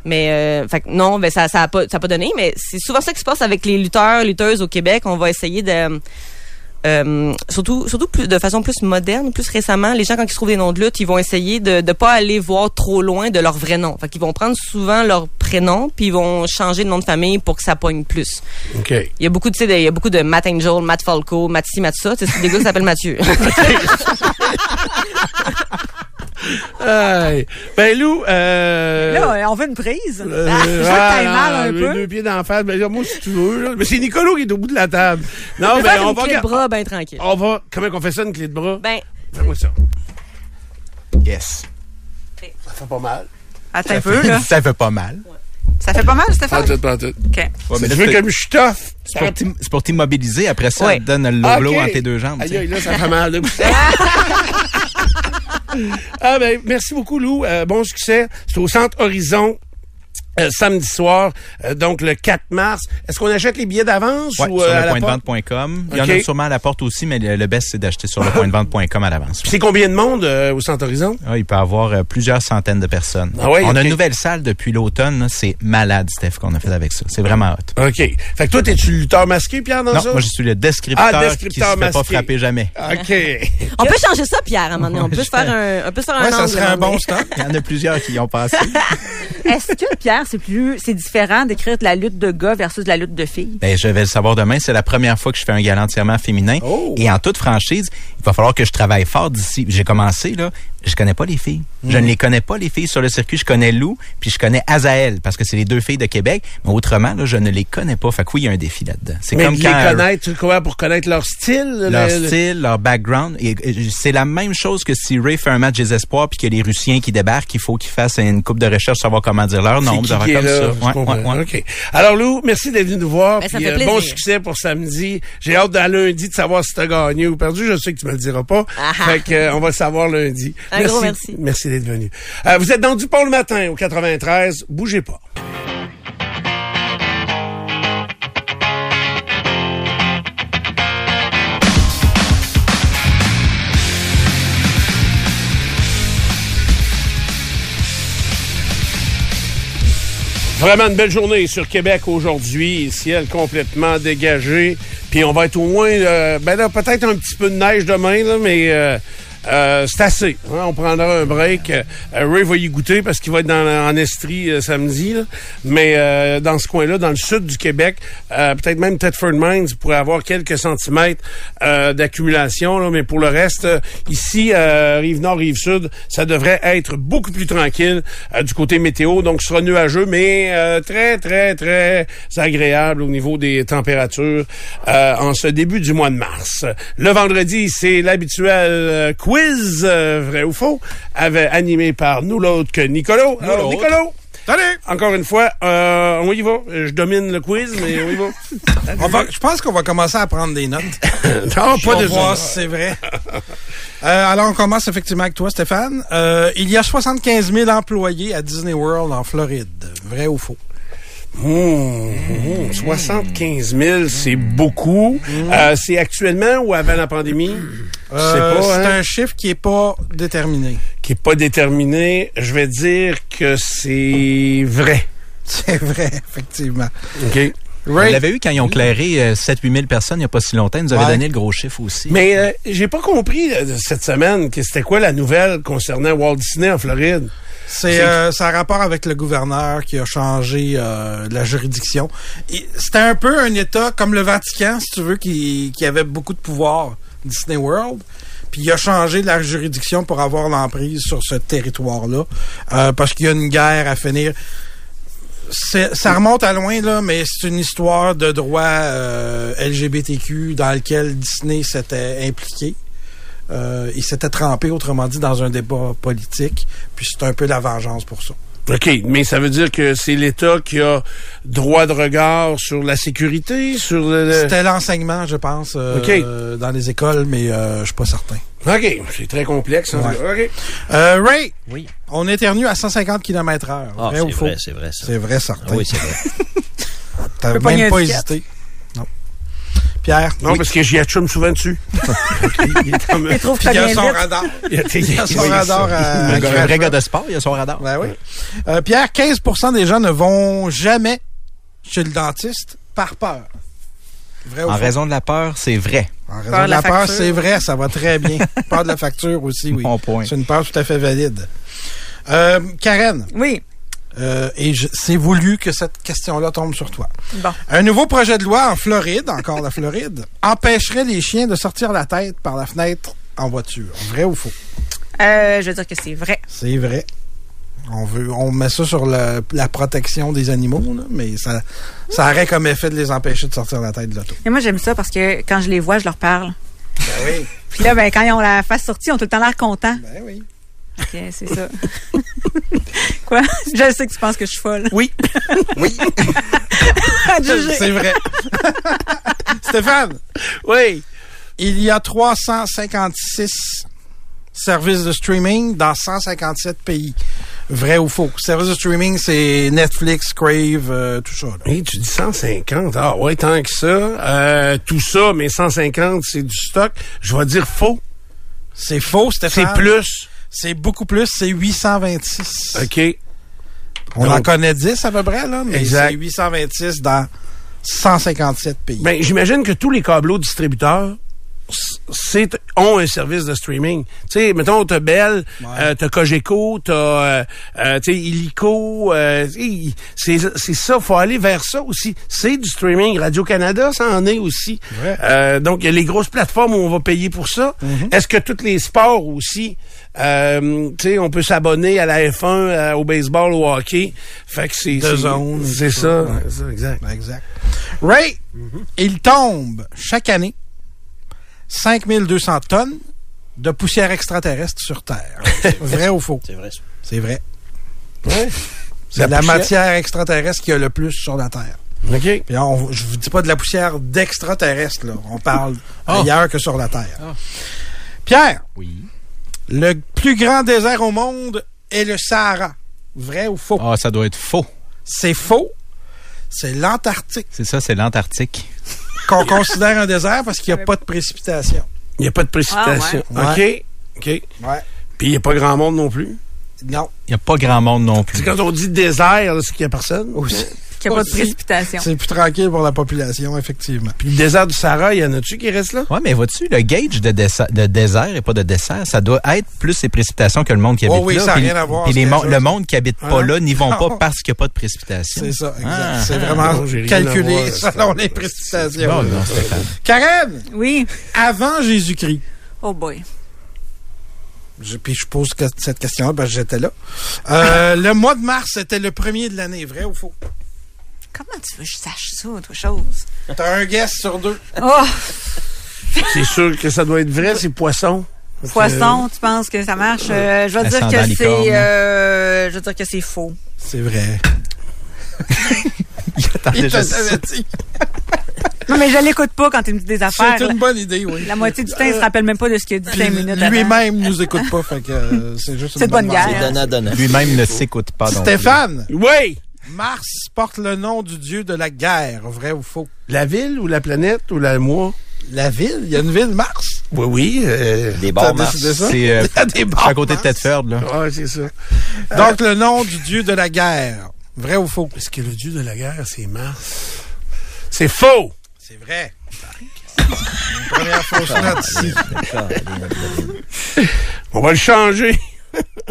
[SPEAKER 1] mais, euh, fait que non, ben, ça, ça a pas, ça a pas donné. Mais c'est souvent ça qui se passe avec les lutteurs, lutteuses au Québec. On va essayer de, euh, surtout, surtout plus, de façon plus moderne, plus récemment, les gens quand ils se trouvent des noms de lutte, ils vont essayer de ne pas aller voir trop loin de leur vrai nom. Fait qu'ils vont prendre souvent leur prénom puis ils vont changer de nom de famille pour que ça pogne plus.
[SPEAKER 2] OK.
[SPEAKER 1] Il y a beaucoup de, tu sais, de- il y a beaucoup de Matt Angel, Matt Falco, Matt ci, Matt ça. Tu sais, C'est des gars qui s'appellent Mathieu.
[SPEAKER 2] Aïe. Ben, Lou, euh...
[SPEAKER 3] Là, euh, on veut une prise.
[SPEAKER 2] euh,
[SPEAKER 3] Ah, je vois que t'as mal
[SPEAKER 2] ah,
[SPEAKER 3] un
[SPEAKER 2] les
[SPEAKER 3] peu.
[SPEAKER 2] deux pieds d'en face. Ben, là, moi, si tu veux, là. Mais c'est Nicolo qui est au bout de la table. Non,
[SPEAKER 1] Je vais
[SPEAKER 2] ben,
[SPEAKER 1] faire
[SPEAKER 2] on
[SPEAKER 1] une
[SPEAKER 2] va,
[SPEAKER 1] clé de
[SPEAKER 2] regarder-
[SPEAKER 1] bras ben tranquille.
[SPEAKER 2] on va, comment qu'on fait ça, une clé de bras?
[SPEAKER 1] Ben,
[SPEAKER 2] Fais-moi ça.
[SPEAKER 5] Yes.
[SPEAKER 2] Ça fait pas mal.
[SPEAKER 3] Attends un peu, là.
[SPEAKER 5] Ça fait pas mal.
[SPEAKER 3] Ça fait pas mal,
[SPEAKER 2] Pas
[SPEAKER 3] Stéphane?
[SPEAKER 2] tout, pas tout.
[SPEAKER 3] OK.
[SPEAKER 5] Ouais, mais
[SPEAKER 2] Tu
[SPEAKER 5] là,
[SPEAKER 2] veux
[SPEAKER 5] c'est-
[SPEAKER 2] comme je t'offre?
[SPEAKER 5] c'est pour t'im- c'est pour t'immobiliser. Après ça,
[SPEAKER 1] Ouais.
[SPEAKER 5] elle te donne le
[SPEAKER 2] Ah, Ok.
[SPEAKER 5] lot entre tes deux jambes. tu
[SPEAKER 2] Aïe,
[SPEAKER 5] sais.
[SPEAKER 2] aïe, là, ça fait mal. là. ah, ben, merci beaucoup, Lou. Euh, bon succès. C'est au Centre Horizon. euh, samedi soir, euh, donc le 4 mars. Est-ce qu'on achète les billets d'avance
[SPEAKER 5] Ouais,
[SPEAKER 2] ou
[SPEAKER 5] sur
[SPEAKER 2] euh, à
[SPEAKER 5] le
[SPEAKER 2] la
[SPEAKER 5] point de
[SPEAKER 2] porte?
[SPEAKER 5] vente.com. Il y en
[SPEAKER 2] Ok.
[SPEAKER 5] a sûrement à la porte aussi, mais le, le best, c'est d'acheter sur le point de vente.com à l'avance.
[SPEAKER 2] Puis C'est combien de monde euh, au Centre Horizon?
[SPEAKER 5] Ah, il peut avoir euh, plusieurs centaines de personnes.
[SPEAKER 2] Ah ouais,
[SPEAKER 5] On a
[SPEAKER 2] ok.
[SPEAKER 5] une nouvelle salle depuis l'automne. là. C'est malade, Steph, qu'on a fait avec ça. C'est vraiment hot.
[SPEAKER 2] OK. Fait que toi, t'es-tu lutteur masqué, Pierre, dans
[SPEAKER 5] Non,
[SPEAKER 2] ça?
[SPEAKER 5] moi, je suis le descripteur,
[SPEAKER 2] Ah, descripteur
[SPEAKER 5] qui ne pas
[SPEAKER 2] masqué.
[SPEAKER 5] frapper jamais.
[SPEAKER 2] OK.
[SPEAKER 1] on peut changer ça, Pierre, à un moment donné. On peut se faire un, on peut se faire
[SPEAKER 4] Ouais,
[SPEAKER 1] un
[SPEAKER 4] ça
[SPEAKER 1] angle,
[SPEAKER 4] serait un
[SPEAKER 1] moment
[SPEAKER 4] bon
[SPEAKER 1] donné.
[SPEAKER 4] stop.
[SPEAKER 5] Il y en a plusieurs qui y ont passé.
[SPEAKER 3] Est-ce que, Pierre, faire? C'est plus, c'est différent d'écrire de la lutte de gars versus de la lutte de filles.
[SPEAKER 5] Ben, je vais le savoir demain. C'est la première fois que je fais un gala entièrement féminin.
[SPEAKER 2] Oh.
[SPEAKER 5] Et en toute franchise, il va falloir que je travaille fort d'ici. J'ai commencé, là. Je connais pas les filles. Je
[SPEAKER 2] Hmm.
[SPEAKER 5] ne les connais pas, les filles sur le circuit. Je connais Lou, puis je connais Azael, parce que c'est les deux filles de Québec. Mais autrement, là, je ne les connais pas. Fait que oui, il y a un défi là-dedans. C'est
[SPEAKER 2] Mais
[SPEAKER 5] comme
[SPEAKER 2] de
[SPEAKER 5] quand.
[SPEAKER 2] les
[SPEAKER 5] euh,
[SPEAKER 2] connaître, quoi, pour connaître leur style.
[SPEAKER 5] leur
[SPEAKER 2] le- le-
[SPEAKER 5] style, leur background. Et, et, C'est la même chose que si Ray fait un match des espoirs puis que les Russiens qui débarquent, il faut qu'ils fassent une coupe de recherche savoir comment dire leur nom,
[SPEAKER 2] C'est qui
[SPEAKER 5] des affaires
[SPEAKER 2] qui est
[SPEAKER 5] comme
[SPEAKER 2] là, je
[SPEAKER 5] ça. Ouais,
[SPEAKER 2] comprends.
[SPEAKER 5] ouais, ouais.
[SPEAKER 2] OK. Alors, Lou, merci d'être venu nous voir.
[SPEAKER 1] Ben, ça
[SPEAKER 2] puis, euh,
[SPEAKER 1] fait
[SPEAKER 2] bon
[SPEAKER 1] plaisir.
[SPEAKER 2] succès pour samedi. J'ai hâte à lundi de savoir si tu as gagné ou perdu. Je sais que tu me le diras pas.
[SPEAKER 1] Ah ah.
[SPEAKER 2] fait que, euh, on va le savoir lundi.
[SPEAKER 1] Un gros merci.
[SPEAKER 2] Merci d'être venu. Euh, vous êtes dans Dupont le matin au 93. Bougez pas. Vraiment une belle journée sur Québec aujourd'hui. Ciel complètement dégagé. Puis on va être au moins, euh, ben là, peut-être un petit peu de neige demain, là, mais euh, euh, c'est assez. hein. on prendra un break. Euh, Ray va y goûter parce qu'il va être dans, en Estrie euh, samedi. là. Mais euh, dans ce coin-là, dans le sud du Québec, euh, peut-être même Thetford Mines pourrait avoir quelques centimètres euh, d'accumulation. là. Mais pour le reste, euh, ici, euh, Rive-Nord, Rive-Sud, ça devrait être beaucoup plus tranquille euh, du côté météo. Donc, ce sera nuageux, mais euh, très, très, très agréable au niveau des températures euh, en ce début du mois de mars. Le vendredi, c'est l'habituel euh, quiz euh, vrai ou faux, avec, animé par nous l'autre que Nicolo. Alors,
[SPEAKER 4] l'autre.
[SPEAKER 2] Nicolo,
[SPEAKER 4] Salut!
[SPEAKER 2] encore une fois, euh, on y va. Je domine le quiz, mais on y va.
[SPEAKER 4] On va- je pense qu'on va commencer à prendre des notes.
[SPEAKER 2] non,
[SPEAKER 4] On
[SPEAKER 2] pas
[SPEAKER 4] va
[SPEAKER 2] de
[SPEAKER 4] voir si c'est vrai. Euh, alors, on commence effectivement avec toi, Stéphane. Euh, il y a 75 000 employés à Disney World en Floride. Vrai ou faux?
[SPEAKER 2] Mmh, mmh, 75 000, c'est beaucoup. Euh, c'est actuellement ou avant la pandémie? Je sais
[SPEAKER 4] Euh,
[SPEAKER 2] pas,
[SPEAKER 4] C'est
[SPEAKER 2] hein,
[SPEAKER 4] un chiffre qui est pas déterminé.
[SPEAKER 2] qui est pas déterminé. Je vais dire que c'est vrai.
[SPEAKER 4] C'est vrai, effectivement.
[SPEAKER 2] OK.
[SPEAKER 5] On
[SPEAKER 4] Ray,
[SPEAKER 5] l'avait eu quand ils ont clairé euh, 7-8 000 personnes il n'y a pas si longtemps. Ils nous avaient
[SPEAKER 4] Ouais.
[SPEAKER 5] donné le gros chiffre aussi.
[SPEAKER 2] Mais euh, j'ai pas compris euh, cette semaine que c'était quoi la nouvelle concernant Walt Disney en Floride.
[SPEAKER 4] c'est euh, ça a rapport avec le gouverneur qui a changé euh, la juridiction. Et C'était un peu un État comme le Vatican, si tu veux, qui, qui avait beaucoup de pouvoir, Disney World. Puis il a changé la juridiction pour avoir l'emprise sur ce territoire-là, euh, parce qu'il y a une guerre à finir. C'est- ça remonte à loin, là, mais c'est une histoire de droit euh, LGBTQ dans lequel Disney s'était impliqué. Euh, il s'était trempé, autrement dit, dans un débat politique. Puis c'est un peu la vengeance pour ça.
[SPEAKER 2] OK, mais ça veut dire que c'est l'État qui a droit de regard sur la sécurité, sur le... le-
[SPEAKER 4] C'était l'enseignement, je pense, euh,
[SPEAKER 2] Euh. OK.
[SPEAKER 4] euh, dans les écoles, mais euh, je suis pas certain.
[SPEAKER 2] OK, c'est très complexe. hein. OK.
[SPEAKER 4] Euh, Ray,
[SPEAKER 6] Oui.
[SPEAKER 4] on éternue à 150 km heure.
[SPEAKER 6] Ah,
[SPEAKER 4] vrai ou
[SPEAKER 6] c'est
[SPEAKER 4] faux?
[SPEAKER 6] vrai, c'est vrai, ça.
[SPEAKER 4] C'est vrai,
[SPEAKER 6] Ah
[SPEAKER 4] certain.
[SPEAKER 6] oui, c'est vrai.
[SPEAKER 4] T'as
[SPEAKER 3] peux pas y
[SPEAKER 4] même pas
[SPEAKER 3] indiquer.
[SPEAKER 4] hésité. Non. Pierre?
[SPEAKER 2] Non,
[SPEAKER 4] Oui.
[SPEAKER 2] parce que j'y atchume souvent dessus. Il est comme-
[SPEAKER 3] Tu trouves que
[SPEAKER 4] Puis
[SPEAKER 3] ça
[SPEAKER 4] il y a
[SPEAKER 3] vient
[SPEAKER 4] son
[SPEAKER 3] vite?
[SPEAKER 4] radar.
[SPEAKER 2] Il a-
[SPEAKER 4] Il y a son
[SPEAKER 2] Oui,
[SPEAKER 4] radar
[SPEAKER 2] ça.
[SPEAKER 4] à-
[SPEAKER 5] Un
[SPEAKER 4] à
[SPEAKER 5] gars- un vrai
[SPEAKER 4] cracher.
[SPEAKER 5] gars de sport, il a son radar.
[SPEAKER 4] Ben oui. Euh, Pierre, 15 des gens ne vont jamais chez le dentiste par peur. Vrai ou
[SPEAKER 5] En
[SPEAKER 4] faux?
[SPEAKER 5] raison de la peur, c'est vrai.
[SPEAKER 4] En raison
[SPEAKER 3] Peur
[SPEAKER 4] de
[SPEAKER 3] de
[SPEAKER 4] la
[SPEAKER 3] la
[SPEAKER 4] peur,
[SPEAKER 3] facture.
[SPEAKER 4] c'est vrai, ça va très bien. peur de la facture aussi, oui.
[SPEAKER 5] Bon point.
[SPEAKER 4] C'est une peur tout à fait valide. Euh, Karen,
[SPEAKER 3] Oui.
[SPEAKER 4] euh, et je- c'est voulu que cette question-là tombe sur toi.
[SPEAKER 3] Bon.
[SPEAKER 4] Un nouveau projet de loi en Floride, encore la Floride, empêcherait les chiens de sortir la tête par la fenêtre en voiture. Vrai ou faux?
[SPEAKER 3] Euh, je veux dire que c'est vrai.
[SPEAKER 4] C'est vrai. On veut, on met ça sur la, la protection des animaux, là, mais ça, ça aurait comme effet de les empêcher de sortir la tête de l'auto.
[SPEAKER 3] Mais moi, j'aime ça parce que quand je les vois, je leur parle.
[SPEAKER 4] oui,
[SPEAKER 3] Puis là, ben, quand ils ont la face sortie, ils ont tout le temps l'air contents.
[SPEAKER 4] ben oui.
[SPEAKER 3] OK, c'est ça. Quoi? Je sais que tu penses que je suis folle.
[SPEAKER 2] Oui.
[SPEAKER 3] oui.
[SPEAKER 4] C'est vrai. Stéphane,
[SPEAKER 2] Oui.
[SPEAKER 4] il y a 356 services de streaming dans 157 pays. Vrai ou faux? Services de streaming, c'est Netflix, Crave, euh, tout ça. là.
[SPEAKER 2] Hey, tu dis 150. Ah ouais, tant que ça. Euh, tout ça, mais 150, c'est du stock. Je vais dire faux.
[SPEAKER 4] C'est faux,
[SPEAKER 2] C'est
[SPEAKER 4] Stéphane.
[SPEAKER 2] plus.
[SPEAKER 4] C'est beaucoup plus, c'est 826.
[SPEAKER 2] OK.
[SPEAKER 4] On en
[SPEAKER 2] Donc-
[SPEAKER 4] connaît 10 à peu près, là, mais
[SPEAKER 2] Exact.
[SPEAKER 4] c'est 826 dans 157 pays.
[SPEAKER 2] Ben, j'imagine que tous les câbleaux distributeurs c'est, ont un service de streaming. Tu sais, mettons, t'as Bell,
[SPEAKER 4] Ouais.
[SPEAKER 2] euh, t'as Cogeco, t'as, euh, euh, tu sais, Illico, euh, tu sais, c'est, c'est ça, faut aller vers ça aussi. C'est du streaming. Radio-Canada, ça en est aussi.
[SPEAKER 4] Ouais. Mm-hmm.
[SPEAKER 2] Euh, donc, il y a les grosses plateformes où on va payer pour ça. Est-ce que tous les sports aussi, euh, tu sais, on peut s'abonner à la F1, à- au baseball, au hockey. Fait que c'est...
[SPEAKER 4] De
[SPEAKER 2] c'est-
[SPEAKER 4] zone et
[SPEAKER 2] C'est
[SPEAKER 4] tout
[SPEAKER 2] ça,
[SPEAKER 4] ça. Ouais.
[SPEAKER 2] c'est ça, exact.
[SPEAKER 4] Exact. Ray, il tombe chaque année 5200 tonnes de poussière extraterrestre sur Terre. vrai ou faux?
[SPEAKER 6] C'est vrai. ça.
[SPEAKER 4] C'est vrai.
[SPEAKER 2] Ouais.
[SPEAKER 4] C'est de la
[SPEAKER 2] poussière.
[SPEAKER 4] matière extraterrestre qu'il y a le plus sur la Terre.
[SPEAKER 2] OK.
[SPEAKER 4] Puis on, je vous dis pas de la poussière d'extraterrestre, là. On parle ailleurs que sur la Terre. Pierre,
[SPEAKER 5] Oui.
[SPEAKER 4] le plus grand désert au monde est le Sahara. Vrai ou faux?
[SPEAKER 5] Ah, ça doit être faux.
[SPEAKER 4] C'est faux. C'est l'Antarctique
[SPEAKER 5] C'est ça, c'est l'Antarctique.
[SPEAKER 4] qu'on considère un désert parce qu'il n'y a pas de précipitation.
[SPEAKER 2] Il n'y a pas de précipitation.
[SPEAKER 4] Ah, ouais.
[SPEAKER 2] OK. OK.
[SPEAKER 4] Ouais.
[SPEAKER 2] Puis il n'y a pas grand monde non plus.
[SPEAKER 4] Non.
[SPEAKER 5] Il n'y a pas grand monde non
[SPEAKER 2] C'est
[SPEAKER 5] plus.
[SPEAKER 2] quand on dit désert, là, c'est qu'il n'y a personne. Aussi.
[SPEAKER 3] qu'il n'y a pas de
[SPEAKER 4] Aussi.
[SPEAKER 3] précipitation.
[SPEAKER 4] C'est plus tranquille pour la population, effectivement.
[SPEAKER 2] Puis le désert du Sahara, il y en a-tu qui restent là?
[SPEAKER 5] Ouais, mais vois-tu, le gauge de, dessa- de désert et pas de dessert, ça doit être plus les précipitations que le monde qui
[SPEAKER 4] Oh
[SPEAKER 5] habite
[SPEAKER 4] oui,
[SPEAKER 5] là.
[SPEAKER 4] ça a
[SPEAKER 5] Puis-
[SPEAKER 4] rien à voir,
[SPEAKER 5] puis les
[SPEAKER 4] c'est
[SPEAKER 5] mon-
[SPEAKER 4] ça.
[SPEAKER 5] le monde qui habite pas
[SPEAKER 4] Hein?
[SPEAKER 5] là n'y vont
[SPEAKER 4] Non.
[SPEAKER 5] pas parce qu'il n'y a pas de précipitation.
[SPEAKER 4] C'est ça, exact.
[SPEAKER 5] Ah,
[SPEAKER 4] c'est
[SPEAKER 5] ah.
[SPEAKER 4] vraiment
[SPEAKER 2] Non, j'ai rien à
[SPEAKER 4] calculé
[SPEAKER 2] voir, ça.
[SPEAKER 4] selon les
[SPEAKER 5] Bon,
[SPEAKER 4] précipitations.
[SPEAKER 5] non, c'est clair.
[SPEAKER 4] Karen,
[SPEAKER 3] Oui.
[SPEAKER 4] avant Jésus-Christ,
[SPEAKER 3] Oh boy.
[SPEAKER 4] je- puis je pose que- cette question-là parce que j'étais là, euh, le mois de mars, c'était le premier de l'année, vrai ou faux?
[SPEAKER 3] Comment tu veux que je sache ça, toi, chose?
[SPEAKER 4] T'as un guess sur deux.
[SPEAKER 3] Oh,
[SPEAKER 2] C'est sûr que ça doit être vrai, c'est poisson.
[SPEAKER 3] poisson, tu penses que ça marche? Euh, je vais dire
[SPEAKER 5] Ascendant
[SPEAKER 3] que
[SPEAKER 5] licorne.
[SPEAKER 3] c'est... euh, je vais dire que c'est faux.
[SPEAKER 4] C'est vrai.
[SPEAKER 5] Attendez,
[SPEAKER 4] Il te
[SPEAKER 5] je-
[SPEAKER 4] l'avait dit.
[SPEAKER 3] Non, mais je l'écoute pas quand il me dit des affaires.
[SPEAKER 4] C'est
[SPEAKER 3] là.
[SPEAKER 4] une bonne idée, oui.
[SPEAKER 3] La moitié du temps, il se rappelle même pas de ce qu'il a dit
[SPEAKER 4] Puis
[SPEAKER 3] cinq minutes avant.
[SPEAKER 4] Lui-même nous écoute pas, fait que euh, c'est juste
[SPEAKER 3] C'est
[SPEAKER 4] une
[SPEAKER 3] de bonne
[SPEAKER 4] bonne
[SPEAKER 3] guerre.
[SPEAKER 6] C'est donnant, donnant.
[SPEAKER 5] Lui-même ne s'écoute pas. non plus.
[SPEAKER 4] Stéphane,
[SPEAKER 2] Oui!
[SPEAKER 4] Mars porte le nom du dieu de la guerre, vrai ou faux?
[SPEAKER 2] La ville ou la planète ou la moi?
[SPEAKER 4] La ville, il y a une ville Mars.
[SPEAKER 2] Oui, oui. euh,
[SPEAKER 6] Des
[SPEAKER 4] T'as
[SPEAKER 6] bords Mars.
[SPEAKER 4] décidé ça?
[SPEAKER 5] C'est euh,
[SPEAKER 4] Il y a des
[SPEAKER 5] c'est
[SPEAKER 4] bords
[SPEAKER 5] à côté de
[SPEAKER 4] Mars.
[SPEAKER 5] Tedford, là.
[SPEAKER 2] ouais, c'est ça.
[SPEAKER 4] Donc, le nom du dieu de la guerre. Vrai ou faux?
[SPEAKER 2] Est-ce que le dieu de la guerre, c'est Mars? C'est faux!
[SPEAKER 4] C'est vrai. Une première fausse
[SPEAKER 5] Ah,
[SPEAKER 4] note ici.
[SPEAKER 2] On va le changer.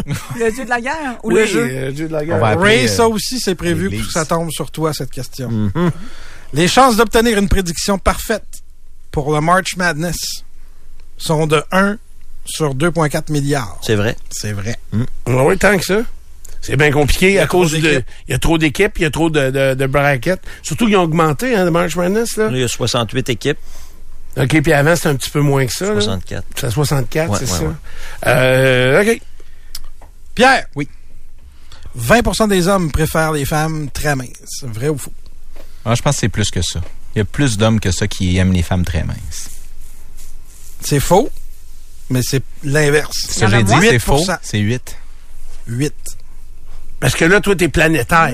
[SPEAKER 3] Le dieu de la guerre ou le
[SPEAKER 2] Oui,
[SPEAKER 3] jeu?
[SPEAKER 2] euh, dieu de la
[SPEAKER 5] On va
[SPEAKER 2] guerre.
[SPEAKER 5] appeler,
[SPEAKER 4] Ray,
[SPEAKER 5] euh,
[SPEAKER 4] ça aussi, c'est prévu
[SPEAKER 5] l'église.
[SPEAKER 4] pour que ça tombe sur toi, cette question.
[SPEAKER 5] Mm-hmm.
[SPEAKER 4] Les chances d'obtenir une prédiction parfaite pour le March Madness sont de 1 sur 2,4 milliards.
[SPEAKER 6] C'est vrai.
[SPEAKER 4] C'est vrai.
[SPEAKER 2] Ah oui, tant que ça. C'est bien compliqué à
[SPEAKER 4] trop
[SPEAKER 2] cause de.
[SPEAKER 4] d'équipes.
[SPEAKER 2] Il y a trop d'équipes, il y a trop de, de, de brackets. Surtout qu'ils ont augmenté, hein, le March Madness, là.
[SPEAKER 6] Là, il y a 68 équipes,
[SPEAKER 2] OK, puis avant, c'était un petit peu moins que ça. là.
[SPEAKER 6] 64.
[SPEAKER 2] C'est à 64,
[SPEAKER 6] Ouais,
[SPEAKER 2] c'est
[SPEAKER 6] ouais,
[SPEAKER 2] ça.
[SPEAKER 6] ouais.
[SPEAKER 2] Euh, OK.
[SPEAKER 4] Pierre.
[SPEAKER 5] Oui.
[SPEAKER 4] 20 des hommes préfèrent les femmes très minces. Vrai ou faux?
[SPEAKER 5] Ah, je pense que c'est plus que ça. Il y a plus d'hommes que ça qui aiment les femmes très minces.
[SPEAKER 4] C'est faux, mais c'est l'inverse.
[SPEAKER 5] Ce
[SPEAKER 3] Il y
[SPEAKER 5] que
[SPEAKER 3] en a
[SPEAKER 5] j'ai dit,
[SPEAKER 4] moins?
[SPEAKER 5] c'est faux.
[SPEAKER 4] 8%.
[SPEAKER 5] C'est 8.
[SPEAKER 4] 8.
[SPEAKER 2] Parce que là, toi, t'es planétaire.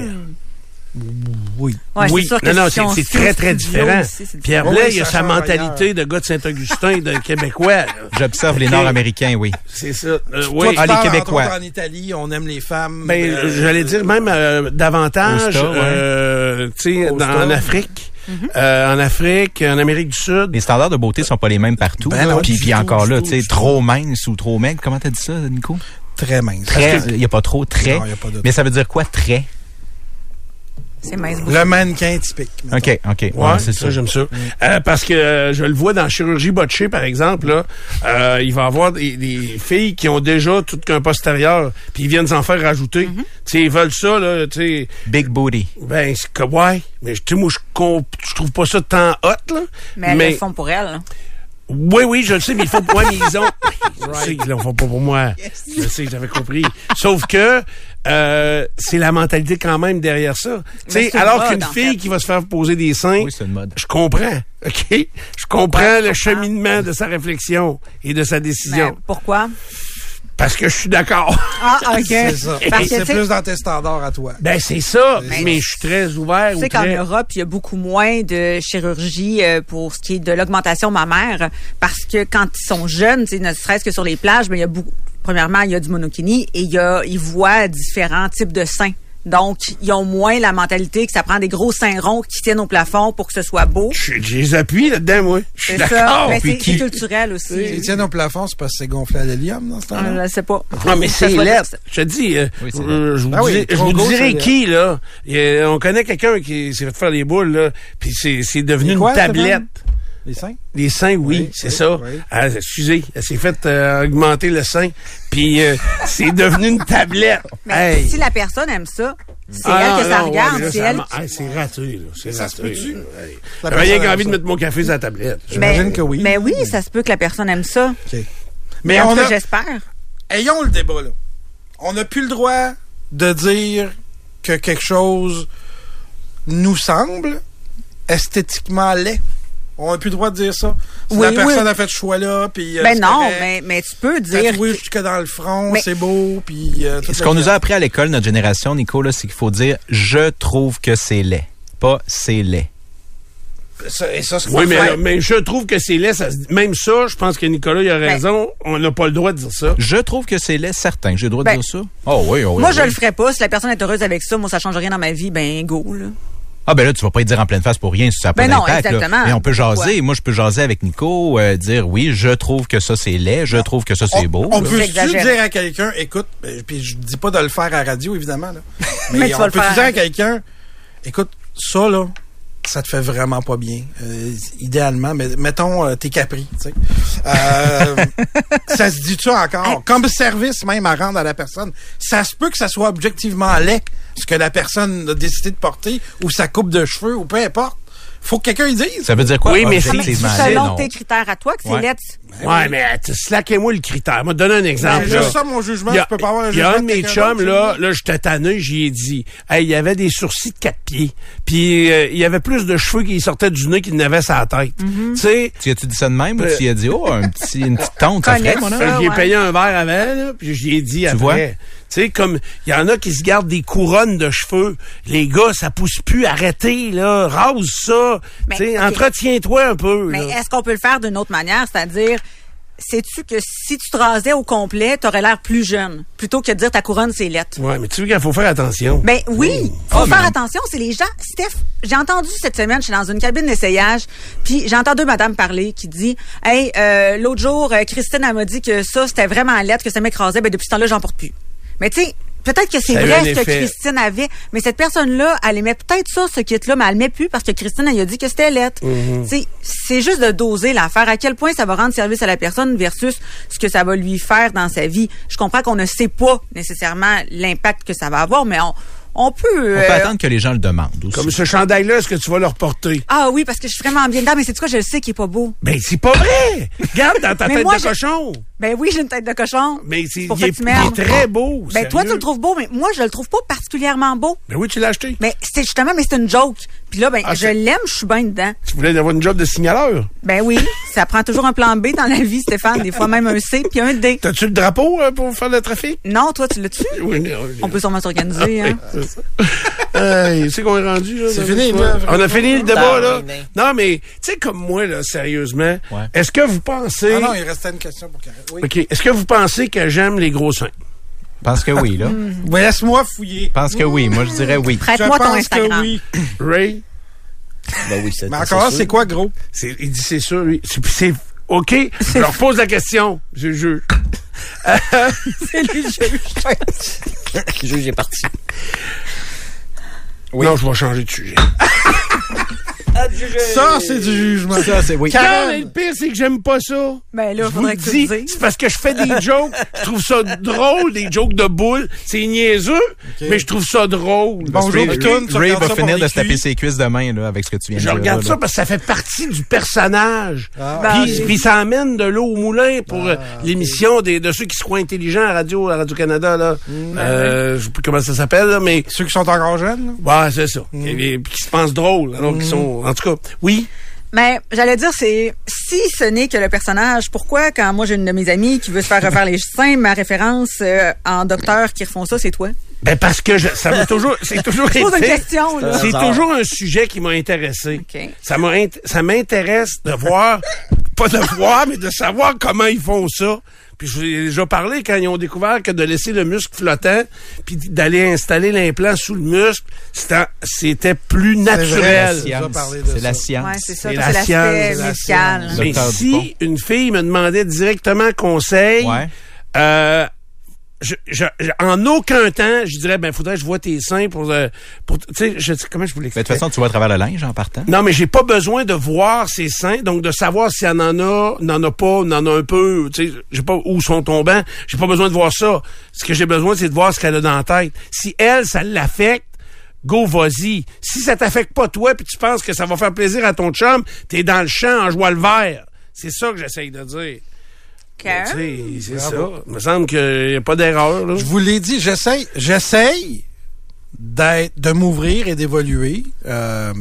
[SPEAKER 4] Oui.
[SPEAKER 3] Mm. Ouais,
[SPEAKER 2] oui.
[SPEAKER 3] c'est sûr que
[SPEAKER 2] non, non,
[SPEAKER 3] si on
[SPEAKER 2] c'est, c'est
[SPEAKER 3] suit
[SPEAKER 2] très,
[SPEAKER 3] le
[SPEAKER 2] très
[SPEAKER 3] studio
[SPEAKER 2] différent.
[SPEAKER 3] aussi, c'est
[SPEAKER 2] Pierre
[SPEAKER 4] différent.
[SPEAKER 2] Blais,
[SPEAKER 4] Oui,
[SPEAKER 2] il a
[SPEAKER 4] ça
[SPEAKER 2] sa
[SPEAKER 4] change
[SPEAKER 2] mentalité de gars de Saint-Augustin, de Québécois. là.
[SPEAKER 5] J'observe les
[SPEAKER 2] Ok.
[SPEAKER 5] Nord-Américains, oui.
[SPEAKER 2] C'est ça. Euh, oui.
[SPEAKER 5] Ah, les
[SPEAKER 4] parles, entre
[SPEAKER 5] Québécois.
[SPEAKER 4] autres, en Italie, on aime les femmes.
[SPEAKER 2] Ben,
[SPEAKER 4] euh,
[SPEAKER 2] j'allais dire même euh, davantage,
[SPEAKER 5] Costa, ouais.
[SPEAKER 2] euh, tu sais,
[SPEAKER 4] Costa.
[SPEAKER 2] dans- en Afrique,
[SPEAKER 3] Mm-hmm.
[SPEAKER 2] euh, en Afrique, en Amérique du Sud.
[SPEAKER 5] Les standards de beauté sont pas les mêmes partout.
[SPEAKER 4] Ben non,
[SPEAKER 5] puis
[SPEAKER 4] du
[SPEAKER 5] puis
[SPEAKER 4] tout,
[SPEAKER 5] encore
[SPEAKER 4] du
[SPEAKER 5] là,
[SPEAKER 4] tout,
[SPEAKER 5] tu sais,
[SPEAKER 4] du
[SPEAKER 5] trop mince ou trop maigre. Comment t'as dit ça, Nico?
[SPEAKER 4] Très minces.
[SPEAKER 5] Très. Il n'y a pas trop très.
[SPEAKER 4] Non, il y a pas de-
[SPEAKER 5] Mais ça veut dire quoi, très?
[SPEAKER 3] C'est mince.
[SPEAKER 4] Le mannequin typique. mettons.
[SPEAKER 5] OK, OK.
[SPEAKER 2] Ouais,
[SPEAKER 5] Ouais,
[SPEAKER 2] ça, j'aime ça. Euh, parce que euh, je le vois dans la chirurgie botchée, par exemple, là, euh, il va avoir des, des filles qui ont déjà tout qu'un postérieur, puis ils viennent s'en faire rajouter. Tu sais, ils veulent ça, là, tu sais,
[SPEAKER 5] Big booty.
[SPEAKER 2] ben, c'est que, ouais, mais tu sais, moi, je comp- je trouve pas ça tant hot, là.
[SPEAKER 3] Mais elles le font pour elle. là.
[SPEAKER 2] Oui, oui, je le sais, mais il faut pour moi, mais ils ont. Je sais qu'ils l'ont fait pas pour moi. Je sais, j'avais compris. Sauf que euh, c'est la mentalité quand même derrière ça. Tu sais,
[SPEAKER 3] c'est une
[SPEAKER 2] alors
[SPEAKER 3] mode,
[SPEAKER 2] qu'une
[SPEAKER 3] en
[SPEAKER 2] fille
[SPEAKER 3] fait.
[SPEAKER 2] qui va se faire poser des seins,
[SPEAKER 5] Oui, c'est une mode.
[SPEAKER 2] je comprends, OK? Je comprends le cheminement de sa réflexion et de sa
[SPEAKER 3] Mais
[SPEAKER 2] décision.
[SPEAKER 3] Ben, pourquoi?
[SPEAKER 2] Parce que je suis d'accord.
[SPEAKER 3] Ah, OK.
[SPEAKER 4] C'est ça.
[SPEAKER 3] Parce que,
[SPEAKER 4] C'est
[SPEAKER 3] tu sais-
[SPEAKER 4] plus dans tes standards à toi.
[SPEAKER 2] Ben, c'est ça. Mais,
[SPEAKER 3] Mais-
[SPEAKER 2] je suis très ouvert.
[SPEAKER 3] Tu
[SPEAKER 2] ou
[SPEAKER 3] sais qu'en
[SPEAKER 2] très-
[SPEAKER 3] Europe, il y a beaucoup moins de chirurgie euh, pour ce qui est de l'augmentation mammaire parce que quand ils sont jeunes, tu sais, ne serait-ce que sur les plages, mais il y a beaucoup. Premièrement, il y a du monokini et il y a, ils voient différents types de seins. Donc, ils ont moins la mentalité que ça prend des gros seins ronds qui tiennent au plafond pour que ce soit beau.
[SPEAKER 2] Je je les appuie là-dedans, moi. Je suis
[SPEAKER 3] C'est ça.
[SPEAKER 2] d'accord.
[SPEAKER 3] Mais
[SPEAKER 5] puis
[SPEAKER 3] c'est
[SPEAKER 5] qui-
[SPEAKER 3] c'est culturel aussi.
[SPEAKER 4] Ils tiennent au plafond, c'est parce que c'est gonflé à l'hélium dans ce
[SPEAKER 3] Ah,
[SPEAKER 4] temps-là.
[SPEAKER 3] Je sais pas.
[SPEAKER 2] Non, mais c'est
[SPEAKER 3] Ça soit-
[SPEAKER 2] lettre. Je te dis, euh,
[SPEAKER 5] Oui, c'est
[SPEAKER 2] euh, je vous,
[SPEAKER 4] Ah oui,
[SPEAKER 2] dis- je
[SPEAKER 4] trop
[SPEAKER 2] vous
[SPEAKER 4] gauche,
[SPEAKER 2] dirai
[SPEAKER 4] ça,
[SPEAKER 2] qui, là. Il y a- on connaît quelqu'un qui s'est fait faire les boules, là, puis c'est c'est devenu
[SPEAKER 4] Les
[SPEAKER 2] une
[SPEAKER 4] quoi,
[SPEAKER 2] tablette.
[SPEAKER 4] Les seins?
[SPEAKER 2] Les seins, oui,
[SPEAKER 4] Oui,
[SPEAKER 2] c'est
[SPEAKER 4] oui,
[SPEAKER 2] ça.
[SPEAKER 4] oui.
[SPEAKER 2] Ah, excusez, elle s'est faite euh, augmenter le sein, puis euh, c'est devenu une tablette.
[SPEAKER 3] Mais
[SPEAKER 2] Hey.
[SPEAKER 3] si la personne aime ça, c'est
[SPEAKER 2] Ah,
[SPEAKER 3] elle que ça
[SPEAKER 2] non, non, ouais,
[SPEAKER 3] regarde.
[SPEAKER 2] mais là,
[SPEAKER 3] c'est
[SPEAKER 2] ça
[SPEAKER 3] elle
[SPEAKER 2] m'a- hey, C'est raté, là. C'est
[SPEAKER 4] Ça
[SPEAKER 2] raté.
[SPEAKER 4] se peut-tu?
[SPEAKER 2] là. Hey.
[SPEAKER 4] La
[SPEAKER 2] J'avais rien
[SPEAKER 4] personne
[SPEAKER 2] qu'envie
[SPEAKER 4] aime
[SPEAKER 2] de
[SPEAKER 4] ça.
[SPEAKER 2] mettre mon café sur la tablette.
[SPEAKER 4] J'imagine que oui.
[SPEAKER 3] Mais oui, ça se peut que la personne aime ça.
[SPEAKER 4] OK.
[SPEAKER 3] Mais
[SPEAKER 4] Mais on a...
[SPEAKER 3] j'espère.
[SPEAKER 4] Ayons le débat, là. On n'a plus le droit de dire que quelque chose nous semble esthétiquement laid. On n'a plus le droit de dire ça. Si
[SPEAKER 3] Oui,
[SPEAKER 4] la personne
[SPEAKER 3] oui.
[SPEAKER 4] a fait ce choix-là, puis... euh,
[SPEAKER 3] Ben
[SPEAKER 4] c'est
[SPEAKER 3] non,
[SPEAKER 4] correct.
[SPEAKER 3] mais, mais tu peux dire.
[SPEAKER 4] Tatoué jusque dans le front,
[SPEAKER 3] Mais-
[SPEAKER 4] c'est beau, puis... euh, tout
[SPEAKER 5] Ce
[SPEAKER 4] le
[SPEAKER 5] qu'on nous a
[SPEAKER 4] reste.
[SPEAKER 5] appris à l'école, notre génération, Nico, là, c'est qu'il faut dire je trouve que c'est laid. Pas c'est laid.
[SPEAKER 4] Ça- et ça, c'est
[SPEAKER 2] Oui, mais,
[SPEAKER 4] Ouais.
[SPEAKER 2] là, mais je trouve que c'est laid. ça se- même ça, je pense que Nicolas, il a raison. On n'a pas le droit de dire ça.
[SPEAKER 5] Je trouve que c'est laid, certain. J'ai le droit de
[SPEAKER 3] Ben,
[SPEAKER 5] dire ça? Oh oui, oh oui.
[SPEAKER 3] moi,
[SPEAKER 5] oh
[SPEAKER 3] je
[SPEAKER 5] oui.
[SPEAKER 3] le ferais pas. Si la personne est heureuse avec ça, moi, ça change rien dans ma vie. Ben, go, là.
[SPEAKER 5] Ah ben là, tu vas pas y dire en pleine face pour rien si ça n'a pas
[SPEAKER 3] Ben non,
[SPEAKER 5] d'impact. là.
[SPEAKER 3] exactement.
[SPEAKER 5] Mais on peut jaser.
[SPEAKER 3] Pourquoi?
[SPEAKER 5] Moi, je peux jaser avec Nico, euh, dire oui, je trouve que ça c'est laid, je trouve que ça
[SPEAKER 4] On-
[SPEAKER 5] c'est beau.
[SPEAKER 4] On
[SPEAKER 5] là.
[SPEAKER 4] peut
[SPEAKER 3] J'exagère.
[SPEAKER 4] dire à quelqu'un, écoute, ben, puis je dis pas de le faire à radio, évidemment, là. Mais,
[SPEAKER 3] Mais tu
[SPEAKER 4] on
[SPEAKER 3] vas le
[SPEAKER 4] peut
[SPEAKER 3] faire.
[SPEAKER 4] dire à quelqu'un, écoute, ça, là, ça te fait vraiment pas bien. Euh, idéalement, mais mettons euh, tes capris, tu sais. Euh, ça se dit-tu encore? Comme service même à rendre à la personne, ça se peut que ça soit objectivement laid, ce que la personne a décidé de porter, ou sa coupe de cheveux, ou peu importe. Faut que quelqu'un le dise.
[SPEAKER 5] Ça veut dire quoi?
[SPEAKER 2] Oui, mais c'est-
[SPEAKER 3] Ah, mais c'est
[SPEAKER 5] objectivement laid,
[SPEAKER 3] selon
[SPEAKER 5] non.
[SPEAKER 3] tes critères à toi que c'est
[SPEAKER 5] Ouais.
[SPEAKER 3] lettre.
[SPEAKER 2] Ouais, mais euh, slackez-moi le critère. Moi, donne un exemple.
[SPEAKER 4] Ben, là,
[SPEAKER 2] là.
[SPEAKER 4] ça, mon jugement,
[SPEAKER 2] Il y a-
[SPEAKER 4] je peux pas avoir un
[SPEAKER 2] Il y a
[SPEAKER 4] jugement
[SPEAKER 2] un de
[SPEAKER 4] de
[SPEAKER 2] mes
[SPEAKER 4] quelqu'un
[SPEAKER 2] chums,
[SPEAKER 4] d'autre,
[SPEAKER 2] là,
[SPEAKER 4] c'est
[SPEAKER 2] là, j'étais tanné, j'y ai dit. Hey, il y avait des sourcils de quatre pieds. Puis, euh, il y avait plus de cheveux qui sortaient du nez qu'il n'avait sa tête.
[SPEAKER 4] Mm-hmm.
[SPEAKER 2] Tu sais,
[SPEAKER 5] Tu as-tu dit ça de même ou tu y as dit, oh, un petit, une petite tonte, ça ferait,
[SPEAKER 3] Connais
[SPEAKER 5] mon homme?
[SPEAKER 3] ça,
[SPEAKER 2] euh, j'ai
[SPEAKER 3] ouais.
[SPEAKER 2] payé un verre avant, là, puis j'y ai dit après.
[SPEAKER 5] vois?
[SPEAKER 2] Tu sais, comme, il y en a qui se gardent des couronnes de cheveux. Les gars, ça pousse plus, arrêtez, là, rase ça.
[SPEAKER 3] Mais,
[SPEAKER 2] Tu sais,
[SPEAKER 3] ok.
[SPEAKER 2] entretiens-toi un peu,
[SPEAKER 3] Mais
[SPEAKER 2] là.
[SPEAKER 3] est-ce qu'on peut le faire d'une autre manière? C'est-à-dire, sais-tu que si tu te rasais au complet, t'aurais l'air plus jeune, plutôt que de dire ta couronne, c'est lettre.
[SPEAKER 2] Ouais, mais tu sais qu'il faut faire attention.
[SPEAKER 3] Ben oui, faut
[SPEAKER 5] Ah, mais
[SPEAKER 3] faire
[SPEAKER 5] on-
[SPEAKER 3] attention, c'est les gens. Steph, j'ai entendu cette semaine, je suis dans une cabine d'essayage, puis j'entends deux madames parler qui dit "Hey, euh, l'autre jour, euh, Christine elle m'a dit que ça c'était vraiment lettre que ça m'écrasait, ben depuis ce temps-là, j'en porte plus." Mais tu sais, peut-être que c'est
[SPEAKER 2] Ça a eu
[SPEAKER 3] vrai
[SPEAKER 2] un
[SPEAKER 3] ce que
[SPEAKER 2] effet.
[SPEAKER 3] Christine avait, mais cette personne-là, elle aimait peut-être ça ce kit là, mais elle le met plus parce que Christine elle a dit que c'était lettre.
[SPEAKER 2] Mm-hmm.
[SPEAKER 3] Tu sais, c'est juste de doser l'affaire à quel point ça va rendre service à la personne versus ce que ça va lui faire dans sa vie. Je comprends qu'on ne sait pas nécessairement l'impact que ça va avoir, mais on on peut,
[SPEAKER 5] On
[SPEAKER 3] euh,
[SPEAKER 5] peut attendre que les gens le demandent aussi.
[SPEAKER 2] Comme ce chandail-là, est-ce que tu vas le reporter?
[SPEAKER 3] Ah oui, parce que je suis vraiment bien dedans, mais c'est quoi, je le sais qu'il est pas beau.
[SPEAKER 2] Ben, c'est pas vrai! Regarde dans ta
[SPEAKER 3] Mais
[SPEAKER 2] tête
[SPEAKER 3] moi,
[SPEAKER 2] de
[SPEAKER 3] je-
[SPEAKER 2] cochon!
[SPEAKER 3] Ben oui, j'ai une tête de cochon.
[SPEAKER 2] Mais c'est-
[SPEAKER 3] pour
[SPEAKER 2] il
[SPEAKER 3] ça
[SPEAKER 2] est-
[SPEAKER 3] que tu m'aimes.
[SPEAKER 2] il est très beau,
[SPEAKER 3] Ben
[SPEAKER 2] sérieux.
[SPEAKER 3] toi, tu le trouves beau, mais moi, je le trouve pas particulièrement beau.
[SPEAKER 2] Ben oui, tu l'as acheté.
[SPEAKER 3] Mais c'est justement, mais c'est une joke. Puis là, ben,
[SPEAKER 2] Ah,
[SPEAKER 3] je
[SPEAKER 2] c'est-
[SPEAKER 3] l'aime, je suis bien dedans.
[SPEAKER 2] Tu voulais avoir une job de signaleur.
[SPEAKER 3] Ben oui, ça prend toujours un plan B dans la vie, Stéphane. Des fois, même un C puis un D.
[SPEAKER 2] T'as-tu le drapeau euh, pour faire le trafic?
[SPEAKER 3] Non, toi, tu l'as-tu?
[SPEAKER 2] Oui, non, oui.
[SPEAKER 3] On peut sûrement s'organiser, hein.
[SPEAKER 2] C'est ça. Hey, c'est qu'on est rendu, là.
[SPEAKER 4] C'est
[SPEAKER 2] là,
[SPEAKER 4] fini,
[SPEAKER 2] là.
[SPEAKER 3] hein?
[SPEAKER 4] là,
[SPEAKER 2] On a fini le débat,
[SPEAKER 1] Non,
[SPEAKER 2] là.
[SPEAKER 1] mais-
[SPEAKER 2] Non, mais, tu sais, comme moi, là, sérieusement,
[SPEAKER 5] Ouais.
[SPEAKER 2] est-ce que vous pensez.
[SPEAKER 4] Ah non, il restait une question pour Karen. Oui.
[SPEAKER 2] OK. Est-ce que vous pensez que j'aime les gros seins?
[SPEAKER 5] Pense que oui, là.
[SPEAKER 4] Ben, Laisse-moi fouiller.
[SPEAKER 5] Pense que oui. Moi, je dirais oui.
[SPEAKER 4] Je
[SPEAKER 3] Prête-moi ton
[SPEAKER 4] pense que
[SPEAKER 3] Instagram.
[SPEAKER 4] oui.
[SPEAKER 2] Ray?
[SPEAKER 1] Ben oui,
[SPEAKER 4] Mais encore, c'est quoi, gros?
[SPEAKER 2] C'est- il dit c'est sûr, lui. C'est, c'est- OK. Je leur pose la question. Je juge.
[SPEAKER 1] Le juge est parti.
[SPEAKER 2] Non, je vais changer de sujet.
[SPEAKER 4] Ça, c'est du jugement.
[SPEAKER 5] Ça, c'est oui.
[SPEAKER 2] Karen, et le pire, c'est que j'aime pas ça.
[SPEAKER 3] Ben là,
[SPEAKER 2] Je vous
[SPEAKER 3] faudrait
[SPEAKER 2] le
[SPEAKER 3] que tu
[SPEAKER 2] dis,
[SPEAKER 3] le dises.
[SPEAKER 2] c'est parce que je fais des jokes, je trouve ça drôle, des jokes de boules, c'est niaiseux, mais je trouve ça drôle.
[SPEAKER 4] Bonjour,
[SPEAKER 2] Mais-
[SPEAKER 4] Pitoun. tu
[SPEAKER 5] Ray
[SPEAKER 4] regardes
[SPEAKER 5] va
[SPEAKER 4] ça
[SPEAKER 5] finir
[SPEAKER 4] pour
[SPEAKER 5] de
[SPEAKER 4] les
[SPEAKER 5] se taper
[SPEAKER 4] culs.
[SPEAKER 5] ses cuisses demain, là, avec ce que tu viens de
[SPEAKER 2] Je
[SPEAKER 5] dire.
[SPEAKER 2] regarde
[SPEAKER 5] là,
[SPEAKER 2] ça
[SPEAKER 5] là.
[SPEAKER 2] parce que ça fait partie du personnage.
[SPEAKER 3] Ben,
[SPEAKER 2] puis,
[SPEAKER 3] oui.
[SPEAKER 2] puis ça amène de l'eau au moulin pour euh, l'émission des, de ceux qui se croient intelligents à Radio, à Radio-Canada, là. Euh, je sais plus comment ça s'appelle, là, mais...
[SPEAKER 4] Ceux qui sont encore jeunes, là.
[SPEAKER 2] Ouais, c'est ça. Et, et- puis qui se pensent drôles, alors qu'ils sont... En tout cas, oui.
[SPEAKER 3] Mais Ben, j'allais dire, c'est si ce n'est que le personnage, pourquoi quand moi j'ai une de mes amies qui veut se faire refaire les seins, ma référence euh, en docteur qui refont ça, c'est toi?
[SPEAKER 2] Ben parce que je- ça m'a toujours... C'est toujours
[SPEAKER 3] Je pose une
[SPEAKER 2] été-
[SPEAKER 3] question, là.
[SPEAKER 2] C'est toujours un sujet qui m'a intéressé.
[SPEAKER 3] OK.
[SPEAKER 2] Ça m'a int- ça m'intéresse de voir pas de voir, mais de savoir comment ils font ça. Puis je vous ai déjà parlé quand ils ont découvert que de laisser le muscle flottant, puis d'aller installer l'implant sous le muscle, c'était- c'était plus
[SPEAKER 4] vrai,
[SPEAKER 2] naturel.
[SPEAKER 4] c'est
[SPEAKER 5] Science.
[SPEAKER 4] On va parler de
[SPEAKER 5] C'est la
[SPEAKER 4] ça.
[SPEAKER 5] science.
[SPEAKER 3] Ouais, c'est ça.
[SPEAKER 2] C'est
[SPEAKER 3] C'est
[SPEAKER 2] la
[SPEAKER 3] l'aspect
[SPEAKER 2] science.
[SPEAKER 3] médical.
[SPEAKER 5] La
[SPEAKER 2] Mais
[SPEAKER 5] Docteur Dupont.
[SPEAKER 2] si une fille me demandait directement conseil,
[SPEAKER 5] Ouais.
[SPEAKER 2] euh, je, je- je- en aucun temps, je dirais, ben, faudrait que je vois tes seins pour, euh, pour tu sais, je- comment je vous
[SPEAKER 5] Mais
[SPEAKER 2] l'explique?
[SPEAKER 5] Ben, de toute façon, tu vois à travers le linge en partant.
[SPEAKER 2] Non, mais j'ai pas besoin de voir ses seins, donc de savoir s'il y en a, n'en a pas, n'en a un peu, tu sais, j'ai pas où sont tombants, j'ai pas besoin de voir ça. Ce que j'ai besoin, c'est de voir ce qu'elle a dans la tête. Si elle, ça l'affecte, go vas-y. Si ça t'affecte pas toi, puis tu penses que ça va faire plaisir à ton chum, t'es dans le champ en jouant le vert. C'est ça que j'essaye de dire.
[SPEAKER 3] Karen?
[SPEAKER 2] Tu sais, c'est ça. Il me semble qu'il n'y a pas d'erreur. là.
[SPEAKER 4] Je vous l'ai dit, j'essaye, j'essaye d'être, de m'ouvrir et d'évoluer euh,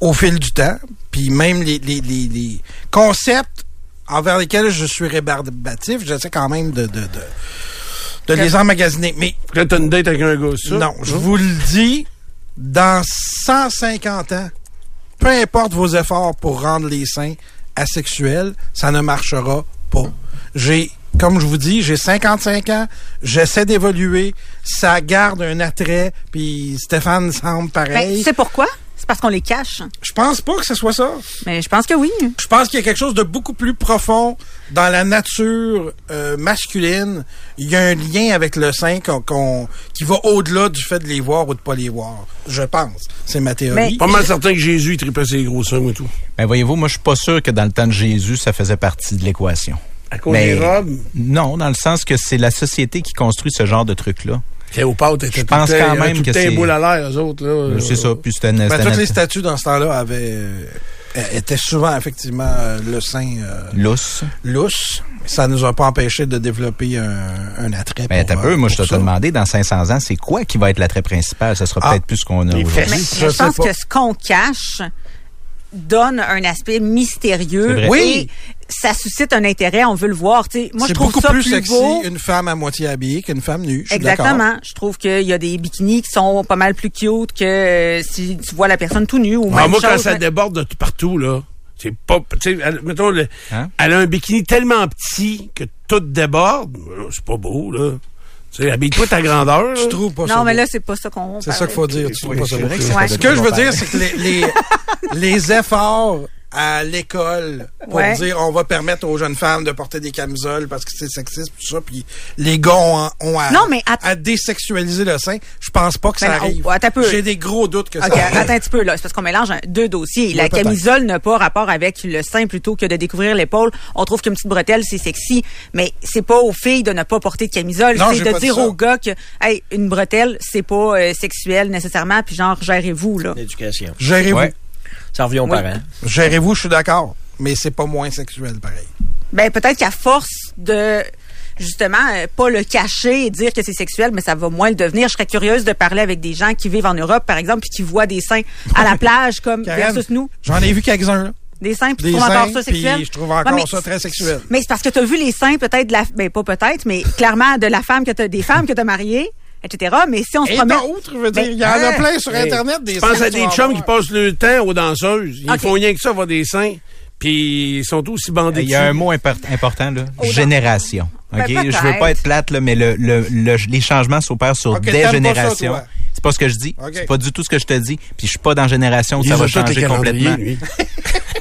[SPEAKER 4] au fil du temps. Puis même les, les- les- les concepts envers lesquels je suis rébarbatif, j'essaie quand même de, de, de, de les emmagasiner. Mais
[SPEAKER 2] Fait que Là, t'as une date avec un gars, ça? Hein?
[SPEAKER 4] non, je vous le dis, dans 150 ans, peu importe vos efforts pour rendre les seins asexuels, ça ne marchera pas. J'ai, comme je vous dis, j'ai 55 ans, j'essaie d'évoluer, ça garde un attrait, puis Stéphane semble
[SPEAKER 3] Ben,
[SPEAKER 4] pareil.
[SPEAKER 3] tu sais pourquoi? C'est parce qu'on les cache.
[SPEAKER 4] je pense pas que ce soit ça.
[SPEAKER 3] Mais je pense que oui.
[SPEAKER 4] Je pense qu'il y a quelque chose de beaucoup plus profond dans la nature euh, masculine. Il y a un lien avec le sein qu'on- qu'on- qui va au-delà du fait de les voir ou de pas les voir. Je pense. C'est ma théorie.
[SPEAKER 2] Pas mal certain que Jésus, il tripait ses gros seins et tout.
[SPEAKER 5] Ben voyez-vous, moi je suis pas sûr que dans le temps de Jésus, ça faisait partie de l'équation.
[SPEAKER 2] À cause
[SPEAKER 5] Mais-
[SPEAKER 2] des robes,
[SPEAKER 5] Non, dans le sens que c'est la société qui construit ce genre de truc-là.
[SPEAKER 2] Cléopâtre était
[SPEAKER 5] Je
[SPEAKER 2] tout le
[SPEAKER 5] pense
[SPEAKER 2] temps-
[SPEAKER 5] quand
[SPEAKER 2] il y avait
[SPEAKER 5] même
[SPEAKER 2] tout le
[SPEAKER 5] que
[SPEAKER 2] temps les
[SPEAKER 5] c'est-
[SPEAKER 2] boules à l'air, eux autres. Là.
[SPEAKER 5] C'est ça, puis c'était une...
[SPEAKER 4] Euh, Ben,
[SPEAKER 5] c'était
[SPEAKER 4] toutes
[SPEAKER 5] une-
[SPEAKER 4] les statues dans ce temps-là avaient euh, euh, étaient souvent effectivement euh, le sein euh,
[SPEAKER 5] lousse.
[SPEAKER 4] lousse. Ça nous a pas empêché de développer un, un attrait.
[SPEAKER 5] Ben,
[SPEAKER 4] pour,
[SPEAKER 5] t'as peu,
[SPEAKER 4] euh,
[SPEAKER 5] moi, je
[SPEAKER 4] pour
[SPEAKER 5] te
[SPEAKER 4] ça.
[SPEAKER 5] demandé, dans 500 ans, c'est quoi qui va être l'attrait principal? Ça sera
[SPEAKER 4] Ah,
[SPEAKER 5] peut-être plus ce qu'on a
[SPEAKER 2] les
[SPEAKER 5] aujourd'hui.
[SPEAKER 3] Mais
[SPEAKER 2] fesses.
[SPEAKER 3] je,
[SPEAKER 4] Je
[SPEAKER 3] pense
[SPEAKER 4] sais pas.
[SPEAKER 3] que ce qu'on cache donne un aspect
[SPEAKER 5] C'est
[SPEAKER 3] mystérieux.
[SPEAKER 5] vrai.
[SPEAKER 4] Oui.
[SPEAKER 3] Et ça suscite un intérêt, on veut le voir. Tu sais, moi, je
[SPEAKER 4] C'est
[SPEAKER 3] trouve
[SPEAKER 4] beaucoup
[SPEAKER 3] ça
[SPEAKER 4] plus,
[SPEAKER 3] plus,
[SPEAKER 4] sexy
[SPEAKER 3] beau.
[SPEAKER 4] une femme à moitié habillée qu'une femme nue. Je suis d'accord.
[SPEAKER 3] Exactement. Je trouve qu'il y a des bikinis qui sont pas mal plus cute que euh, si tu vois la personne tout nue ou
[SPEAKER 2] Ah,
[SPEAKER 3] même
[SPEAKER 2] moi, quand
[SPEAKER 3] chose,
[SPEAKER 2] ça
[SPEAKER 3] mais-
[SPEAKER 2] déborde de tout partout, là, c'est pas. Tu sais, elle- mettons, le-
[SPEAKER 5] Hein?
[SPEAKER 2] elle a un bikini tellement petit que tout déborde. Euh, C'est pas beau, là. Tu sais, habille-toi ta grandeur.
[SPEAKER 4] Tu
[SPEAKER 2] là.
[SPEAKER 4] trouves pas ça.
[SPEAKER 3] Non, mais
[SPEAKER 4] beau.
[SPEAKER 3] là, c'est pas ça qu'on
[SPEAKER 4] C'est ça qu'il faut dire. Tu trouves pas ça beau.
[SPEAKER 3] Ouais.
[SPEAKER 4] Ce que je veux dire, c'est que les, les, les efforts à l'école pour
[SPEAKER 3] Ouais.
[SPEAKER 4] dire on va permettre aux jeunes femmes de porter des camisoles parce que c'est sexiste, tout ça, puis les gars ont, ont à,
[SPEAKER 3] Non, mais att-
[SPEAKER 4] à désexualiser le sein, je pense pas que ça
[SPEAKER 3] Mais non,
[SPEAKER 4] arrive.
[SPEAKER 3] oh, attends un peu.
[SPEAKER 4] J'ai des gros doutes que ça
[SPEAKER 3] OK,
[SPEAKER 4] arrive.
[SPEAKER 3] attends un petit peu, là. C'est parce qu'on mélange un- deux dossiers. la
[SPEAKER 4] peut-être.
[SPEAKER 3] camisole n'a pas rapport avec le sein plutôt que de découvrir l'épaule. On trouve qu'une petite bretelle, c'est sexy, mais c'est pas aux filles de ne pas porter de camisole.
[SPEAKER 4] Non,
[SPEAKER 3] C'est
[SPEAKER 4] j'ai
[SPEAKER 3] de
[SPEAKER 4] pas dit
[SPEAKER 3] dire
[SPEAKER 4] ça.
[SPEAKER 3] aux gars que, hey, une bretelle, c'est pas euh, sexuel nécessairement, puis genre, gérez-vous, là.
[SPEAKER 6] L'éducation.
[SPEAKER 4] Gérez-vous.
[SPEAKER 5] Ouais.
[SPEAKER 6] Ça revient aux
[SPEAKER 3] Oui.
[SPEAKER 6] parents.
[SPEAKER 4] Gérez-vous, je suis d'accord. Mais c'est pas moins sexuel, pareil.
[SPEAKER 3] Ben, peut-être qu'à force de, justement, euh, pas le cacher et dire que c'est sexuel, mais ça va moins le devenir. Je serais curieuse de parler avec des gens qui vivent en Europe, par exemple, puis qui voient des seins à la plage, comme
[SPEAKER 4] Karen,
[SPEAKER 3] versus nous.
[SPEAKER 4] J'en ai vu quelques-uns, là.
[SPEAKER 3] Des seins, puis
[SPEAKER 4] Des
[SPEAKER 3] tu trouves encore
[SPEAKER 4] seins,
[SPEAKER 3] ça sexuel?
[SPEAKER 4] puis je trouve encore
[SPEAKER 3] mais
[SPEAKER 4] ça très sexuel.
[SPEAKER 3] Mais c'est parce que tu as vu les seins, peut-être, de la, ben pas peut-être, mais clairement de la femme que t'as, des femmes que t'as mariées, etc. Mais si on se
[SPEAKER 4] Et
[SPEAKER 3] promet...
[SPEAKER 4] d'autres, je veux dire,
[SPEAKER 3] Ben,
[SPEAKER 4] il y en a
[SPEAKER 2] hein?
[SPEAKER 4] plein sur
[SPEAKER 2] Hey,
[SPEAKER 4] Internet des
[SPEAKER 2] Je pense
[SPEAKER 4] seins
[SPEAKER 2] à
[SPEAKER 4] que tu
[SPEAKER 2] des
[SPEAKER 4] vas
[SPEAKER 2] chums qui
[SPEAKER 4] voir.
[SPEAKER 2] passent le temps aux danseuses. Ils
[SPEAKER 3] Ok.
[SPEAKER 2] font rien que ça, voir des seins. Puis ils sont aussi bandés.
[SPEAKER 5] Il y a un
[SPEAKER 2] dessus.
[SPEAKER 5] mot import- important, là.
[SPEAKER 3] Oh, non.
[SPEAKER 5] Génération.
[SPEAKER 3] Ben,
[SPEAKER 5] OK?
[SPEAKER 3] peut-être.
[SPEAKER 5] Je veux pas être plate, là, mais le, le- le- les changements s'opèrent sur
[SPEAKER 4] Ok,
[SPEAKER 5] des
[SPEAKER 4] t'aimes pas ça,
[SPEAKER 5] générations.
[SPEAKER 4] toi.
[SPEAKER 5] c'est pas ce que je dis.
[SPEAKER 4] Ok.
[SPEAKER 5] C'est pas du tout ce que je te dis. Puis je suis pas dans génération où
[SPEAKER 2] Ils
[SPEAKER 5] ça
[SPEAKER 2] ont
[SPEAKER 5] va
[SPEAKER 2] tous les
[SPEAKER 5] changer
[SPEAKER 2] calendriers,
[SPEAKER 5] complètement.
[SPEAKER 2] lui.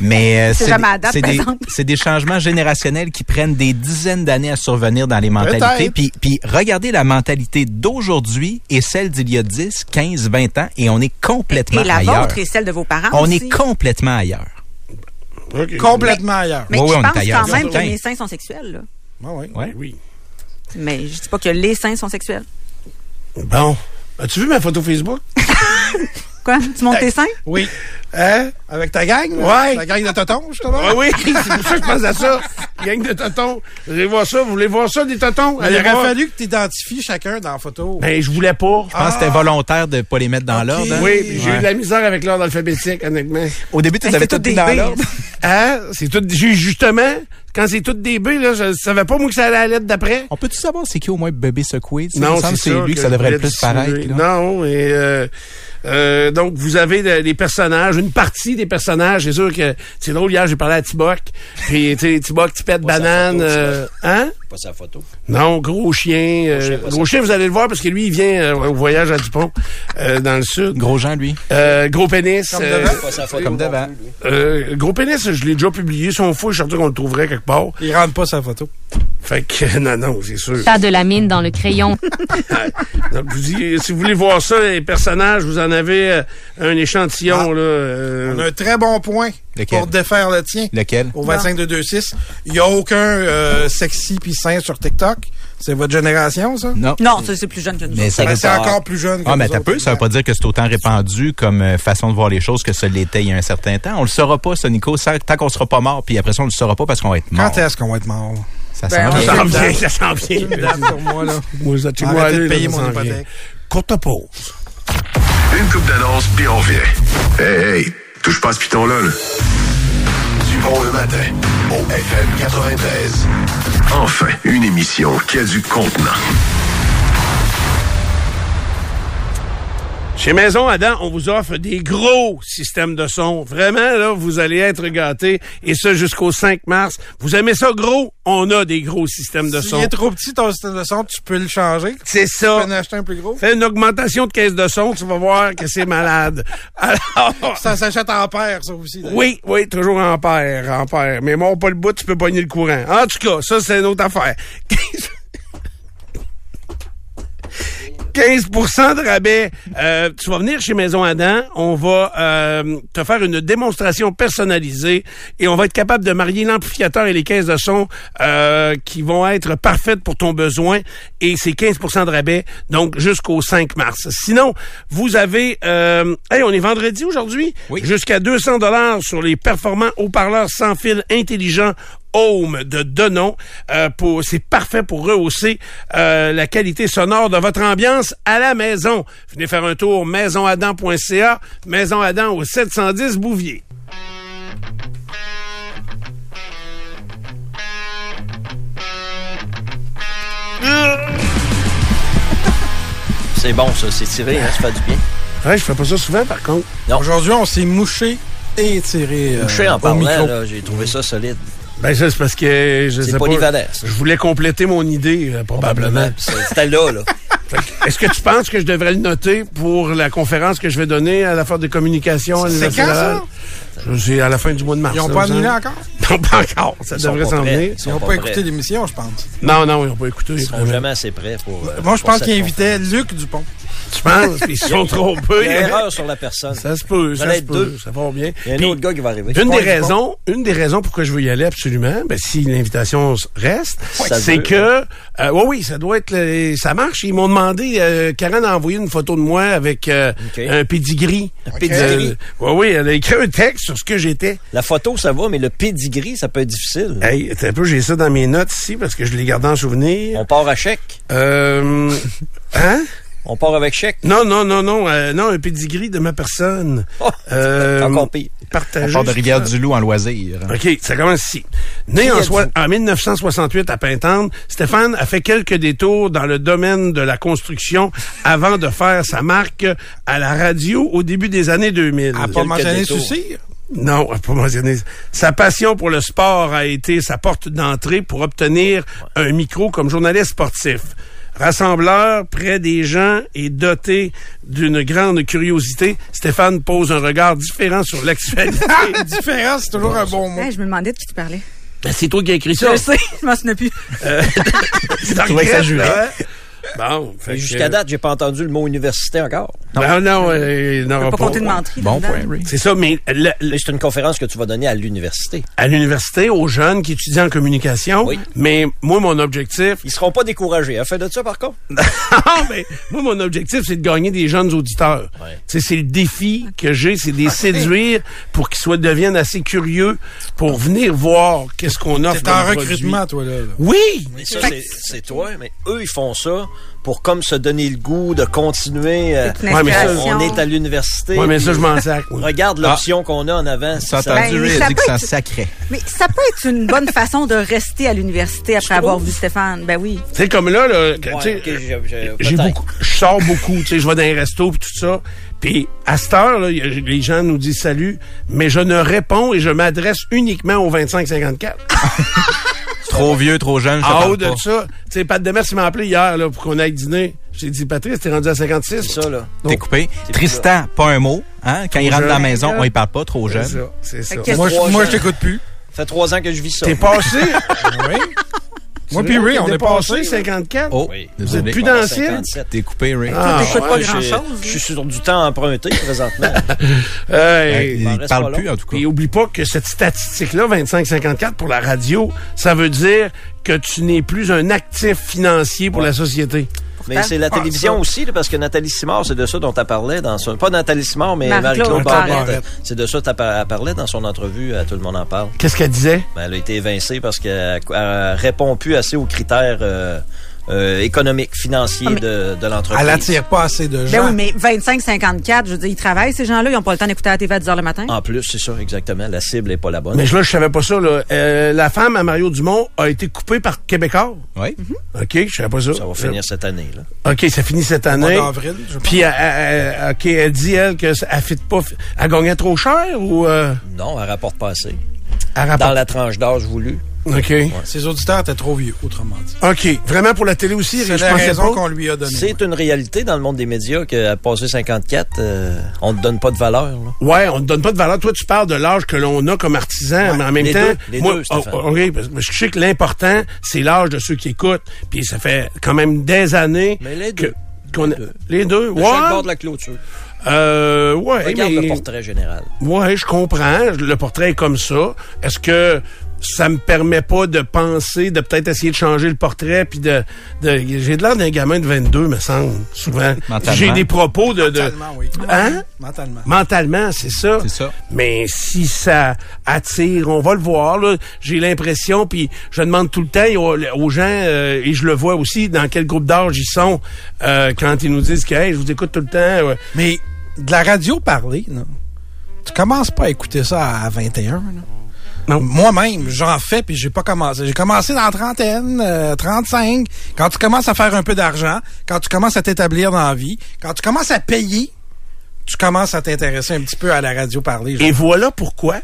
[SPEAKER 5] Mais euh,
[SPEAKER 3] C'est
[SPEAKER 5] c'est
[SPEAKER 3] jamais à
[SPEAKER 5] des-
[SPEAKER 3] date,
[SPEAKER 5] c'est
[SPEAKER 3] par
[SPEAKER 5] des,
[SPEAKER 3] exemple.
[SPEAKER 5] c'est des changements générationnels qui prennent des dizaines d'années à survenir dans les mentalités.
[SPEAKER 4] Peut-être.
[SPEAKER 5] Puis, puis regardez la mentalité d'aujourd'hui et celle d'il y a 10, 15, 20 ans et on est complètement
[SPEAKER 3] Et la
[SPEAKER 5] ailleurs.
[SPEAKER 3] vôtre et celle de vos parents
[SPEAKER 5] on
[SPEAKER 3] aussi.
[SPEAKER 5] est complètement ailleurs.
[SPEAKER 2] Ok.
[SPEAKER 4] Complètement ailleurs.
[SPEAKER 3] Mais
[SPEAKER 5] Ouais,
[SPEAKER 3] je
[SPEAKER 5] ouais, on est
[SPEAKER 3] pense
[SPEAKER 5] ailleurs,
[SPEAKER 3] quand même que
[SPEAKER 5] certain.
[SPEAKER 3] les seins sont sexuels, là.
[SPEAKER 4] Ah oui.
[SPEAKER 5] Ouais.
[SPEAKER 2] Ben Oui.
[SPEAKER 3] Mais je dis pas que les seins sont sexuels.
[SPEAKER 2] Bon. As-tu vu ma photo Facebook?
[SPEAKER 3] Quoi? Tu montes tes seins?
[SPEAKER 4] Oui. Hein? Avec ta gang? là?
[SPEAKER 2] Ouais.
[SPEAKER 4] Ta gang de totons, justement?
[SPEAKER 2] Ah oui, c'est pour ça que je pense à ça. Gang de tontons. Vous allez voir ça, vous voulez voir ça, des tontons?
[SPEAKER 4] Il
[SPEAKER 2] Allez
[SPEAKER 4] aurait
[SPEAKER 2] voir.
[SPEAKER 4] fallu que tu identifies chacun dans la photo.
[SPEAKER 2] Ben, je voulais pas.
[SPEAKER 5] Je pense que c'était volontaire de pas les mettre dans
[SPEAKER 4] Ok.
[SPEAKER 5] l'ordre. hein?
[SPEAKER 2] Ah. Oui, puis j'ai
[SPEAKER 5] Ouais.
[SPEAKER 2] eu de la misère avec l'ordre alphabétique, honnêtement.
[SPEAKER 5] Au début, tu
[SPEAKER 3] Hey,
[SPEAKER 5] avais
[SPEAKER 3] c'est
[SPEAKER 5] tout
[SPEAKER 3] toutes
[SPEAKER 5] mis
[SPEAKER 3] des
[SPEAKER 5] dans
[SPEAKER 3] billes.
[SPEAKER 5] l'ordre.
[SPEAKER 2] Hein? C'est tout, j'ai- justement, quand c'est toutes des B, là, je savais pas, moi, que ça allait à la lettre d'après.
[SPEAKER 5] On peut-tu savoir c'est qui au moins bébé secoué? Ça, il me
[SPEAKER 2] Non,
[SPEAKER 5] semble
[SPEAKER 2] c'est
[SPEAKER 5] que c'est
[SPEAKER 2] ça
[SPEAKER 5] lui que
[SPEAKER 2] je
[SPEAKER 5] ça devrait le
[SPEAKER 2] voulais
[SPEAKER 5] plus
[SPEAKER 2] dissimuler.
[SPEAKER 5] paraître. là.
[SPEAKER 2] Non, et euh, euh, donc vous avez le- les personnages, une une partie des personnages. C'est sûr que c'est drôle. Hier, j'ai parlé à Tiboc. Puis, tu sais, Tiboc, tu pètes
[SPEAKER 6] Pas sa
[SPEAKER 2] banane.
[SPEAKER 6] photo,
[SPEAKER 2] euh, hein?
[SPEAKER 6] Pas sa photo.
[SPEAKER 2] Non, gros chien. euh,
[SPEAKER 6] Gros chien, pas
[SPEAKER 2] gros
[SPEAKER 6] ça.
[SPEAKER 2] chien, vous allez le voir parce que lui, il vient euh, au voyage à Dupont, euh, dans le sud.
[SPEAKER 5] Gros Jean, lui.
[SPEAKER 2] Euh, gros pénis. euh,
[SPEAKER 6] Pas sa photo.
[SPEAKER 5] Comme
[SPEAKER 6] non
[SPEAKER 5] d'avant.
[SPEAKER 6] plus, lui.
[SPEAKER 2] euh, gros pénis, je l'ai déjà publié. Si on fouille, je suis certain qu'on le trouverait quelque part.
[SPEAKER 4] Il rentre pas sa photo.
[SPEAKER 2] Fait que, non, non, c'est sûr.
[SPEAKER 7] T'as de la mine dans le crayon.
[SPEAKER 2] Donc, Euh, vous y- si vous voulez voir ça, les personnages, vous en avez euh, un échantillon. là, euh,
[SPEAKER 4] Ah. On a un très bon point
[SPEAKER 5] Lequel?
[SPEAKER 4] pour défaire le tien.
[SPEAKER 5] Lequel?
[SPEAKER 4] Au 25226, il n'y a aucun euh, sexy puis sain sur TikTok. C'est votre génération, ça?
[SPEAKER 5] Non.
[SPEAKER 3] Non, ça, c'est plus jeune que nous.
[SPEAKER 5] Mais
[SPEAKER 3] autres.
[SPEAKER 5] ça
[SPEAKER 4] Ben,
[SPEAKER 5] veut
[SPEAKER 4] c'est
[SPEAKER 5] pas-
[SPEAKER 4] encore plus jeune que
[SPEAKER 5] Ah, mais
[SPEAKER 4] nous
[SPEAKER 5] t'as
[SPEAKER 4] autres,
[SPEAKER 5] peu. Ça veut pas dire que c'est autant répandu comme euh, façon de voir les choses que ça l'était il y a un certain temps. On le saura pas, ça, Nico, ça, tant qu'on sera pas mort. Puis après ça, on le saura pas parce qu'on va être mort.
[SPEAKER 4] Quand est-ce qu'on va être mort?
[SPEAKER 5] Ça s'en
[SPEAKER 3] Ben, on
[SPEAKER 5] vient.
[SPEAKER 2] Ça s'en
[SPEAKER 4] une
[SPEAKER 2] vient,
[SPEAKER 4] date.
[SPEAKER 2] ça s'en vient.
[SPEAKER 4] pour moi, là.
[SPEAKER 2] Moi, ça, tu
[SPEAKER 4] Arrêtez
[SPEAKER 2] vois,
[SPEAKER 4] de
[SPEAKER 2] aller, là,
[SPEAKER 4] payer
[SPEAKER 2] ça
[SPEAKER 4] mon
[SPEAKER 2] s'en vient.
[SPEAKER 4] hypothèque.
[SPEAKER 2] Courte pause.
[SPEAKER 8] Une coupe d'annonce, puis on revient. Hey, hey, touche pas à ce piton-là, là. Du bon le matin, au FM 93. Enfin, une émission qui a du contenant.
[SPEAKER 2] Chez Maison Adam, on vous offre des gros systèmes de son. Vraiment, là, vous allez être gâtés. Et ça, jusqu'au 5 mars. Vous aimez ça gros? On a des gros systèmes de
[SPEAKER 4] S'il
[SPEAKER 2] son.
[SPEAKER 4] est trop petit, ton système de son, tu peux le changer. Tu
[SPEAKER 2] C'est
[SPEAKER 4] peux
[SPEAKER 2] ça.
[SPEAKER 4] en acheter un plus gros.
[SPEAKER 2] Fais une augmentation de caisse de son, tu vas voir que c'est malade. Alors,
[SPEAKER 4] Ça s'achète en paire, ça aussi. d'ailleurs.
[SPEAKER 2] Oui, oui, toujours en paire, en paire. Mais moi, pas le bout, tu peux pogner le courant. En tout cas, ça, c'est une autre affaire. 15 de rabais. Euh, tu vas venir chez Maison Adam. On va euh, te faire une démonstration personnalisée et on va être capable de marier l'amplificateur et les caisses de son euh, qui vont être parfaites pour ton besoin. Et c'est 15 de rabais, donc jusqu'au 5 mars. Sinon, vous avez... Euh, hey, on est vendredi aujourd'hui?
[SPEAKER 5] Oui.
[SPEAKER 2] Jusqu'à 200 dollars sur les performants haut-parleurs sans fil intelligents Home de Denon. Euh, pour, c'est parfait pour rehausser euh, la qualité sonore de votre ambiance à la maison. Venez faire un tour maisonadan.ca, Maison Adam au 710 Bouvier.
[SPEAKER 6] C'est bon, ça. C'est tiré, hein. Ça fait du bien.
[SPEAKER 2] Ouais, je fais pas ça souvent, par contre.
[SPEAKER 4] Aujourd'hui, on s'est mouché et tiré euh,
[SPEAKER 6] Je sais, en
[SPEAKER 4] au
[SPEAKER 6] parlant,
[SPEAKER 4] micro.
[SPEAKER 6] là, j'ai trouvé ça solide.
[SPEAKER 2] Ben ça, c'est parce que je
[SPEAKER 6] C'est
[SPEAKER 2] sais pas.
[SPEAKER 6] polyvalent, ça.
[SPEAKER 2] Je voulais compléter mon idée, euh, probablement.
[SPEAKER 6] C'était là, là.
[SPEAKER 2] Est-ce que tu penses que je devrais le noter pour la conférence que je vais donner à la Foire des communications à
[SPEAKER 4] C'est
[SPEAKER 2] l'Université
[SPEAKER 4] quand, ça?
[SPEAKER 2] Laval? Je- C'est à la fin du mois de mars.
[SPEAKER 4] Ils n'ont
[SPEAKER 2] ça,
[SPEAKER 4] pas
[SPEAKER 2] me
[SPEAKER 4] annulé
[SPEAKER 2] semble.
[SPEAKER 4] encore?
[SPEAKER 2] Non, pas encore. Ça
[SPEAKER 6] Ils sont
[SPEAKER 2] devrait
[SPEAKER 6] pas
[SPEAKER 2] s'en
[SPEAKER 6] prêts.
[SPEAKER 2] venir.
[SPEAKER 4] Ils n'ont
[SPEAKER 6] pas
[SPEAKER 4] pas,
[SPEAKER 6] prêts.
[SPEAKER 4] écouté l'émission, je pense.
[SPEAKER 2] Non, non, ils n'ont pas écouté.
[SPEAKER 6] Ils sont jamais assez prêts pour. euh,
[SPEAKER 4] Moi, je
[SPEAKER 6] pour
[SPEAKER 4] pense
[SPEAKER 6] cette
[SPEAKER 4] qu'ils invitaient Luc Dupont.
[SPEAKER 2] Tu penses? Ils se sont trompés.
[SPEAKER 6] conférence. Il y a une erreur sur la personne.
[SPEAKER 2] Ça se peut,
[SPEAKER 6] J'en
[SPEAKER 2] ça
[SPEAKER 6] ai
[SPEAKER 2] se peut.
[SPEAKER 6] deux.
[SPEAKER 2] Ça va bien.
[SPEAKER 6] Il y a
[SPEAKER 2] Puis,
[SPEAKER 6] un autre gars qui va arriver.
[SPEAKER 2] Une
[SPEAKER 6] Pas du
[SPEAKER 2] des
[SPEAKER 6] bon.
[SPEAKER 2] raisons, une des raisons pourquoi je veux y aller absolument, ben, si l'invitation s- reste,
[SPEAKER 6] Ça
[SPEAKER 2] c'est
[SPEAKER 6] veut,
[SPEAKER 2] que, euh, oui, oui, ça doit être, le- ça marche. Ils m'ont demandé, euh, Karen a envoyé une photo de moi avec euh,
[SPEAKER 6] Ok.
[SPEAKER 2] un pedigree.
[SPEAKER 6] Un pedigree.
[SPEAKER 2] oui, oui, elle a écrit un texte sur ce que j'étais.
[SPEAKER 6] La photo, ça va, mais le pedigree, ça peut être difficile.
[SPEAKER 2] Hey, attends un peu, j'ai ça dans mes notes ici parce que je les garde en souvenir.
[SPEAKER 6] On part à chèque.
[SPEAKER 2] Euh, hein?
[SPEAKER 6] On part avec chèque.
[SPEAKER 2] Non, non, non, non, euh, non, un pedigree de ma personne.
[SPEAKER 6] Oh,
[SPEAKER 2] Euh,
[SPEAKER 6] encore pire.
[SPEAKER 5] On
[SPEAKER 2] Partagé.
[SPEAKER 5] part de Rivière-du-Loup en loisir.
[SPEAKER 2] OK, ça commence ici. Né
[SPEAKER 6] Qui
[SPEAKER 2] en,
[SPEAKER 6] a
[SPEAKER 2] soi-
[SPEAKER 6] dit-
[SPEAKER 2] en 1968 à Pintendre, Stéphane a fait quelques détours dans le domaine de la construction avant de faire sa marque à la radio au début des années 2000.
[SPEAKER 4] À pas
[SPEAKER 6] Quelques
[SPEAKER 4] mentionné
[SPEAKER 6] détours.
[SPEAKER 4] souci.
[SPEAKER 2] Non, pas mentionné. Sa passion pour le sport a été sa porte d'entrée pour obtenir un micro comme journaliste sportif. Rassembleur, près des gens et doté d'une grande curiosité, Stéphane pose un regard différent sur l'actualité.
[SPEAKER 4] Différent, c'est toujours un bon mot.
[SPEAKER 3] Hey, je me demandais de qui tu parlais.
[SPEAKER 2] Ben, C'est toi qui as écrit ça.
[SPEAKER 3] Je le sais, je m'en souviens plus.
[SPEAKER 2] T'en
[SPEAKER 5] trouvais que ça
[SPEAKER 2] regrettes,
[SPEAKER 5] jurait.
[SPEAKER 2] là, hein? Bon, fait
[SPEAKER 6] Mais
[SPEAKER 2] que-
[SPEAKER 6] Jusqu'à date, j'ai pas entendu le mot université encore.
[SPEAKER 2] Ben non, euh, il
[SPEAKER 3] Je
[SPEAKER 2] n'aura
[SPEAKER 3] peux pas
[SPEAKER 2] pas.
[SPEAKER 3] compter de menterie.
[SPEAKER 5] Bon
[SPEAKER 3] là-dedans.
[SPEAKER 5] point, oui.
[SPEAKER 2] C'est ça, mais le- le-
[SPEAKER 6] Mais c'est une conférence que tu vas donner à l'université.
[SPEAKER 2] à l'université, aux jeunes qui étudient en communication,
[SPEAKER 6] Oui.
[SPEAKER 2] mais moi, mon objectif,
[SPEAKER 6] Ils seront pas découragés. Hein? Fait de ça, par contre.
[SPEAKER 2] Ah, mais moi, mon objectif, c'est de gagner des jeunes auditeurs.
[SPEAKER 6] Ouais.
[SPEAKER 2] Tu sais, C'est le défi que j'ai, c'est de les séduire pour qu'ils soient, deviennent assez curieux pour venir voir qu'est-ce qu'on offre.
[SPEAKER 4] T'es
[SPEAKER 2] dans
[SPEAKER 4] en
[SPEAKER 2] le produit.
[SPEAKER 4] recrutement, toi, là. là.
[SPEAKER 2] Oui!
[SPEAKER 6] Mais ça, c'est- c'est toi. Mais eux, ils font ça pour comme se donner le goût de continuer. euh,
[SPEAKER 3] C'est une
[SPEAKER 2] Ouais, mais ça,
[SPEAKER 6] on
[SPEAKER 3] inspiration.
[SPEAKER 6] est à l'université.
[SPEAKER 2] Oui, mais ça,
[SPEAKER 6] puis
[SPEAKER 2] je m'en Ah. sac. moi.
[SPEAKER 6] Regarde l'option qu'on a en avant.
[SPEAKER 5] Ça
[SPEAKER 6] ça-
[SPEAKER 5] entendu,
[SPEAKER 3] Ben,
[SPEAKER 5] Ray a
[SPEAKER 3] ça
[SPEAKER 5] dit
[SPEAKER 3] peut
[SPEAKER 5] que ça
[SPEAKER 3] être-
[SPEAKER 5] sacrait.
[SPEAKER 3] Mais ça peut être une bonne façon de rester à l'université après avoir vu Stéphane. Ben oui.
[SPEAKER 6] Ah
[SPEAKER 2] Tu sais, comme là, là que-
[SPEAKER 6] Ouais,
[SPEAKER 2] Ben, tu sais,
[SPEAKER 6] ok, j'ai- j'ai-
[SPEAKER 2] j'ai
[SPEAKER 6] Euh, peut-être.
[SPEAKER 2] beaucoup, je sors beaucoup, tu sais, je vais dans les restos pis tout ça. Puis à cette heure, là, y a- les gens nous disent salut, mais je ne réponds et je m'adresse uniquement aux 25-54.
[SPEAKER 5] Trop vieux, trop jeune, je te
[SPEAKER 2] En haut
[SPEAKER 5] parle
[SPEAKER 2] de
[SPEAKER 5] Ah, pas.
[SPEAKER 2] ça, tu sais, Pat Demers, il m'a appelé hier là, pour qu'on aille dîner. J'ai dit, Patrice, t'es rendu à 56?
[SPEAKER 6] C'est ça, là.
[SPEAKER 5] T'es coupé.
[SPEAKER 6] plus
[SPEAKER 5] Tristan, pas un mot. Hein? Quand il rentre
[SPEAKER 2] jeune.
[SPEAKER 5] dans la maison, on y parle pas, trop
[SPEAKER 2] C'est
[SPEAKER 5] jeune.
[SPEAKER 2] ça, c'est ça.
[SPEAKER 3] Fait que-
[SPEAKER 4] Moi, je,
[SPEAKER 6] Trois
[SPEAKER 4] moi,
[SPEAKER 6] ans.
[SPEAKER 4] je t'écoute plus.
[SPEAKER 6] Ça fait trois ans que je vis ça.
[SPEAKER 2] T'es passé?
[SPEAKER 4] oui. Moi, puis Ray, on est passé.
[SPEAKER 2] passé 54?
[SPEAKER 5] Oh,
[SPEAKER 6] Oui.
[SPEAKER 2] Vous êtes
[SPEAKER 5] désolé.
[SPEAKER 2] plus
[SPEAKER 6] Pendant
[SPEAKER 2] dans le ciel?
[SPEAKER 6] 57.
[SPEAKER 5] T'es coupé, Ray.
[SPEAKER 2] Ah,
[SPEAKER 3] T'écoutes
[SPEAKER 2] ouais,
[SPEAKER 3] pas
[SPEAKER 6] Je suis-
[SPEAKER 3] grand-chose.
[SPEAKER 6] Je suis sur du temps emprunté présentement.
[SPEAKER 2] Hey.
[SPEAKER 5] Il
[SPEAKER 6] m'en
[SPEAKER 5] il
[SPEAKER 6] reste
[SPEAKER 5] parle
[SPEAKER 6] pas
[SPEAKER 5] plus,
[SPEAKER 6] long.
[SPEAKER 5] en tout cas.
[SPEAKER 2] Et oublie pas que cette statistique-là, 25-54 pour la radio, ça veut dire que tu n'es plus un actif financier pour la société.
[SPEAKER 6] Mais c'est la
[SPEAKER 2] Ah,
[SPEAKER 6] télévision
[SPEAKER 2] ça.
[SPEAKER 6] aussi, là, parce que Nathalie Simard, c'est de ça dont tu parlé dans son. Pas Nathalie Simard, mais
[SPEAKER 3] Marie-Claude
[SPEAKER 6] Marie-Claude
[SPEAKER 3] Barrette.
[SPEAKER 6] Barrette. C'est de ça que tu parlé dans son entrevue à Tout le monde en parle.
[SPEAKER 2] Qu'est-ce qu'elle disait?
[SPEAKER 6] Ben, elle a été évincée parce qu'elle elle répond plus assez aux critères euh, euh, économiques, financiers
[SPEAKER 2] Ah,
[SPEAKER 6] de, de l'entreprise.
[SPEAKER 4] Elle attire pas assez de gens.
[SPEAKER 3] Ben oui, mais 25-54, je veux dire, ils travaillent, ces gens-là. Ils n'ont pas le temps d'écouter la TV à 10 h le matin.
[SPEAKER 6] En plus, c'est ça, exactement. La cible n'est pas la bonne.
[SPEAKER 2] Mais je- là, je savais pas ça. Là. Euh, la femme à Mario Dumont a été coupée par Québécois.
[SPEAKER 5] Oui.
[SPEAKER 2] OK, je savais pas ça. Euh,
[SPEAKER 6] Ça va finir cette année. Là.
[SPEAKER 2] OK, ça finit cette
[SPEAKER 4] Au mois
[SPEAKER 2] année.
[SPEAKER 4] d'avril, je pense.
[SPEAKER 2] Puis, elle, elle- elle- OK, elle dit, elle, que ça- elle fit pas... Elle gagnait trop cher ou... Euh,
[SPEAKER 6] Non, elle rapporte pas assez.
[SPEAKER 2] elle
[SPEAKER 6] Dans
[SPEAKER 2] rapporte-
[SPEAKER 6] la tranche d'âge voulue.
[SPEAKER 2] OK.
[SPEAKER 4] Ses auditeurs étaient trop vieux, autrement dit.
[SPEAKER 2] OK. Vraiment, pour la télé aussi,
[SPEAKER 4] C'est
[SPEAKER 2] je
[SPEAKER 4] la
[SPEAKER 2] pensais
[SPEAKER 4] raison
[SPEAKER 2] pas...
[SPEAKER 4] qu'on lui a donnée.
[SPEAKER 6] C'est une réalité dans le monde des médias qu'à passer 54, euh, on ne te donne pas de valeur. là.
[SPEAKER 2] Ouais, on ne donne pas de valeur. Toi, tu parles de l'âge que l'on a comme artisan, mais en même
[SPEAKER 6] les
[SPEAKER 2] temps,
[SPEAKER 6] deux, les
[SPEAKER 2] moi,
[SPEAKER 6] deux, Stéphane.
[SPEAKER 2] oh, ok, parce que je sais que l'important, c'est l'âge de ceux qui écoutent. Puis ça fait quand même des années.
[SPEAKER 6] Mais les
[SPEAKER 2] que-
[SPEAKER 6] deux.
[SPEAKER 2] qu'on a-
[SPEAKER 6] Les deux.
[SPEAKER 2] les deux,
[SPEAKER 6] De
[SPEAKER 2] ouais.
[SPEAKER 6] chaque bord de la clôture.
[SPEAKER 2] Euh, ouais,
[SPEAKER 6] Regarde
[SPEAKER 2] mais-
[SPEAKER 6] le portrait général.
[SPEAKER 2] Ouais, je comprends. Le portrait est comme ça. Est-ce que ça me permet pas de penser, de peut-être essayer de changer le portrait, puis de, de- j'ai de l'air d'un gamin de 22, me semble, souvent.
[SPEAKER 5] Mentalement.
[SPEAKER 2] J'ai des propos de, de-
[SPEAKER 4] Mentalement, oui.
[SPEAKER 2] Hein?
[SPEAKER 4] Mentalement.
[SPEAKER 2] Mentalement, c'est ça.
[SPEAKER 5] C'est ça.
[SPEAKER 2] Mais si ça attire, on va le voir. là. J'ai l'impression, puis je demande tout le temps aux, aux gens, euh, et je le vois aussi, dans quel groupe d'âge ils sont euh, quand ils nous disent que hey, je vous écoute tout le temps. euh, Ouais.
[SPEAKER 4] Mais de la radio parler, là, tu commences pas à écouter ça à 21. là.
[SPEAKER 2] Non.
[SPEAKER 4] Moi-même, j'en fais puis j'ai pas commencé. J'ai commencé dans la trentaine, euh, 35. Quand tu commences à faire un peu d'argent, quand tu commences à t'établir dans la vie, quand tu commences à payer, tu commences à t'intéresser un petit peu à la radio parler. genre.
[SPEAKER 2] Et voilà pourquoi,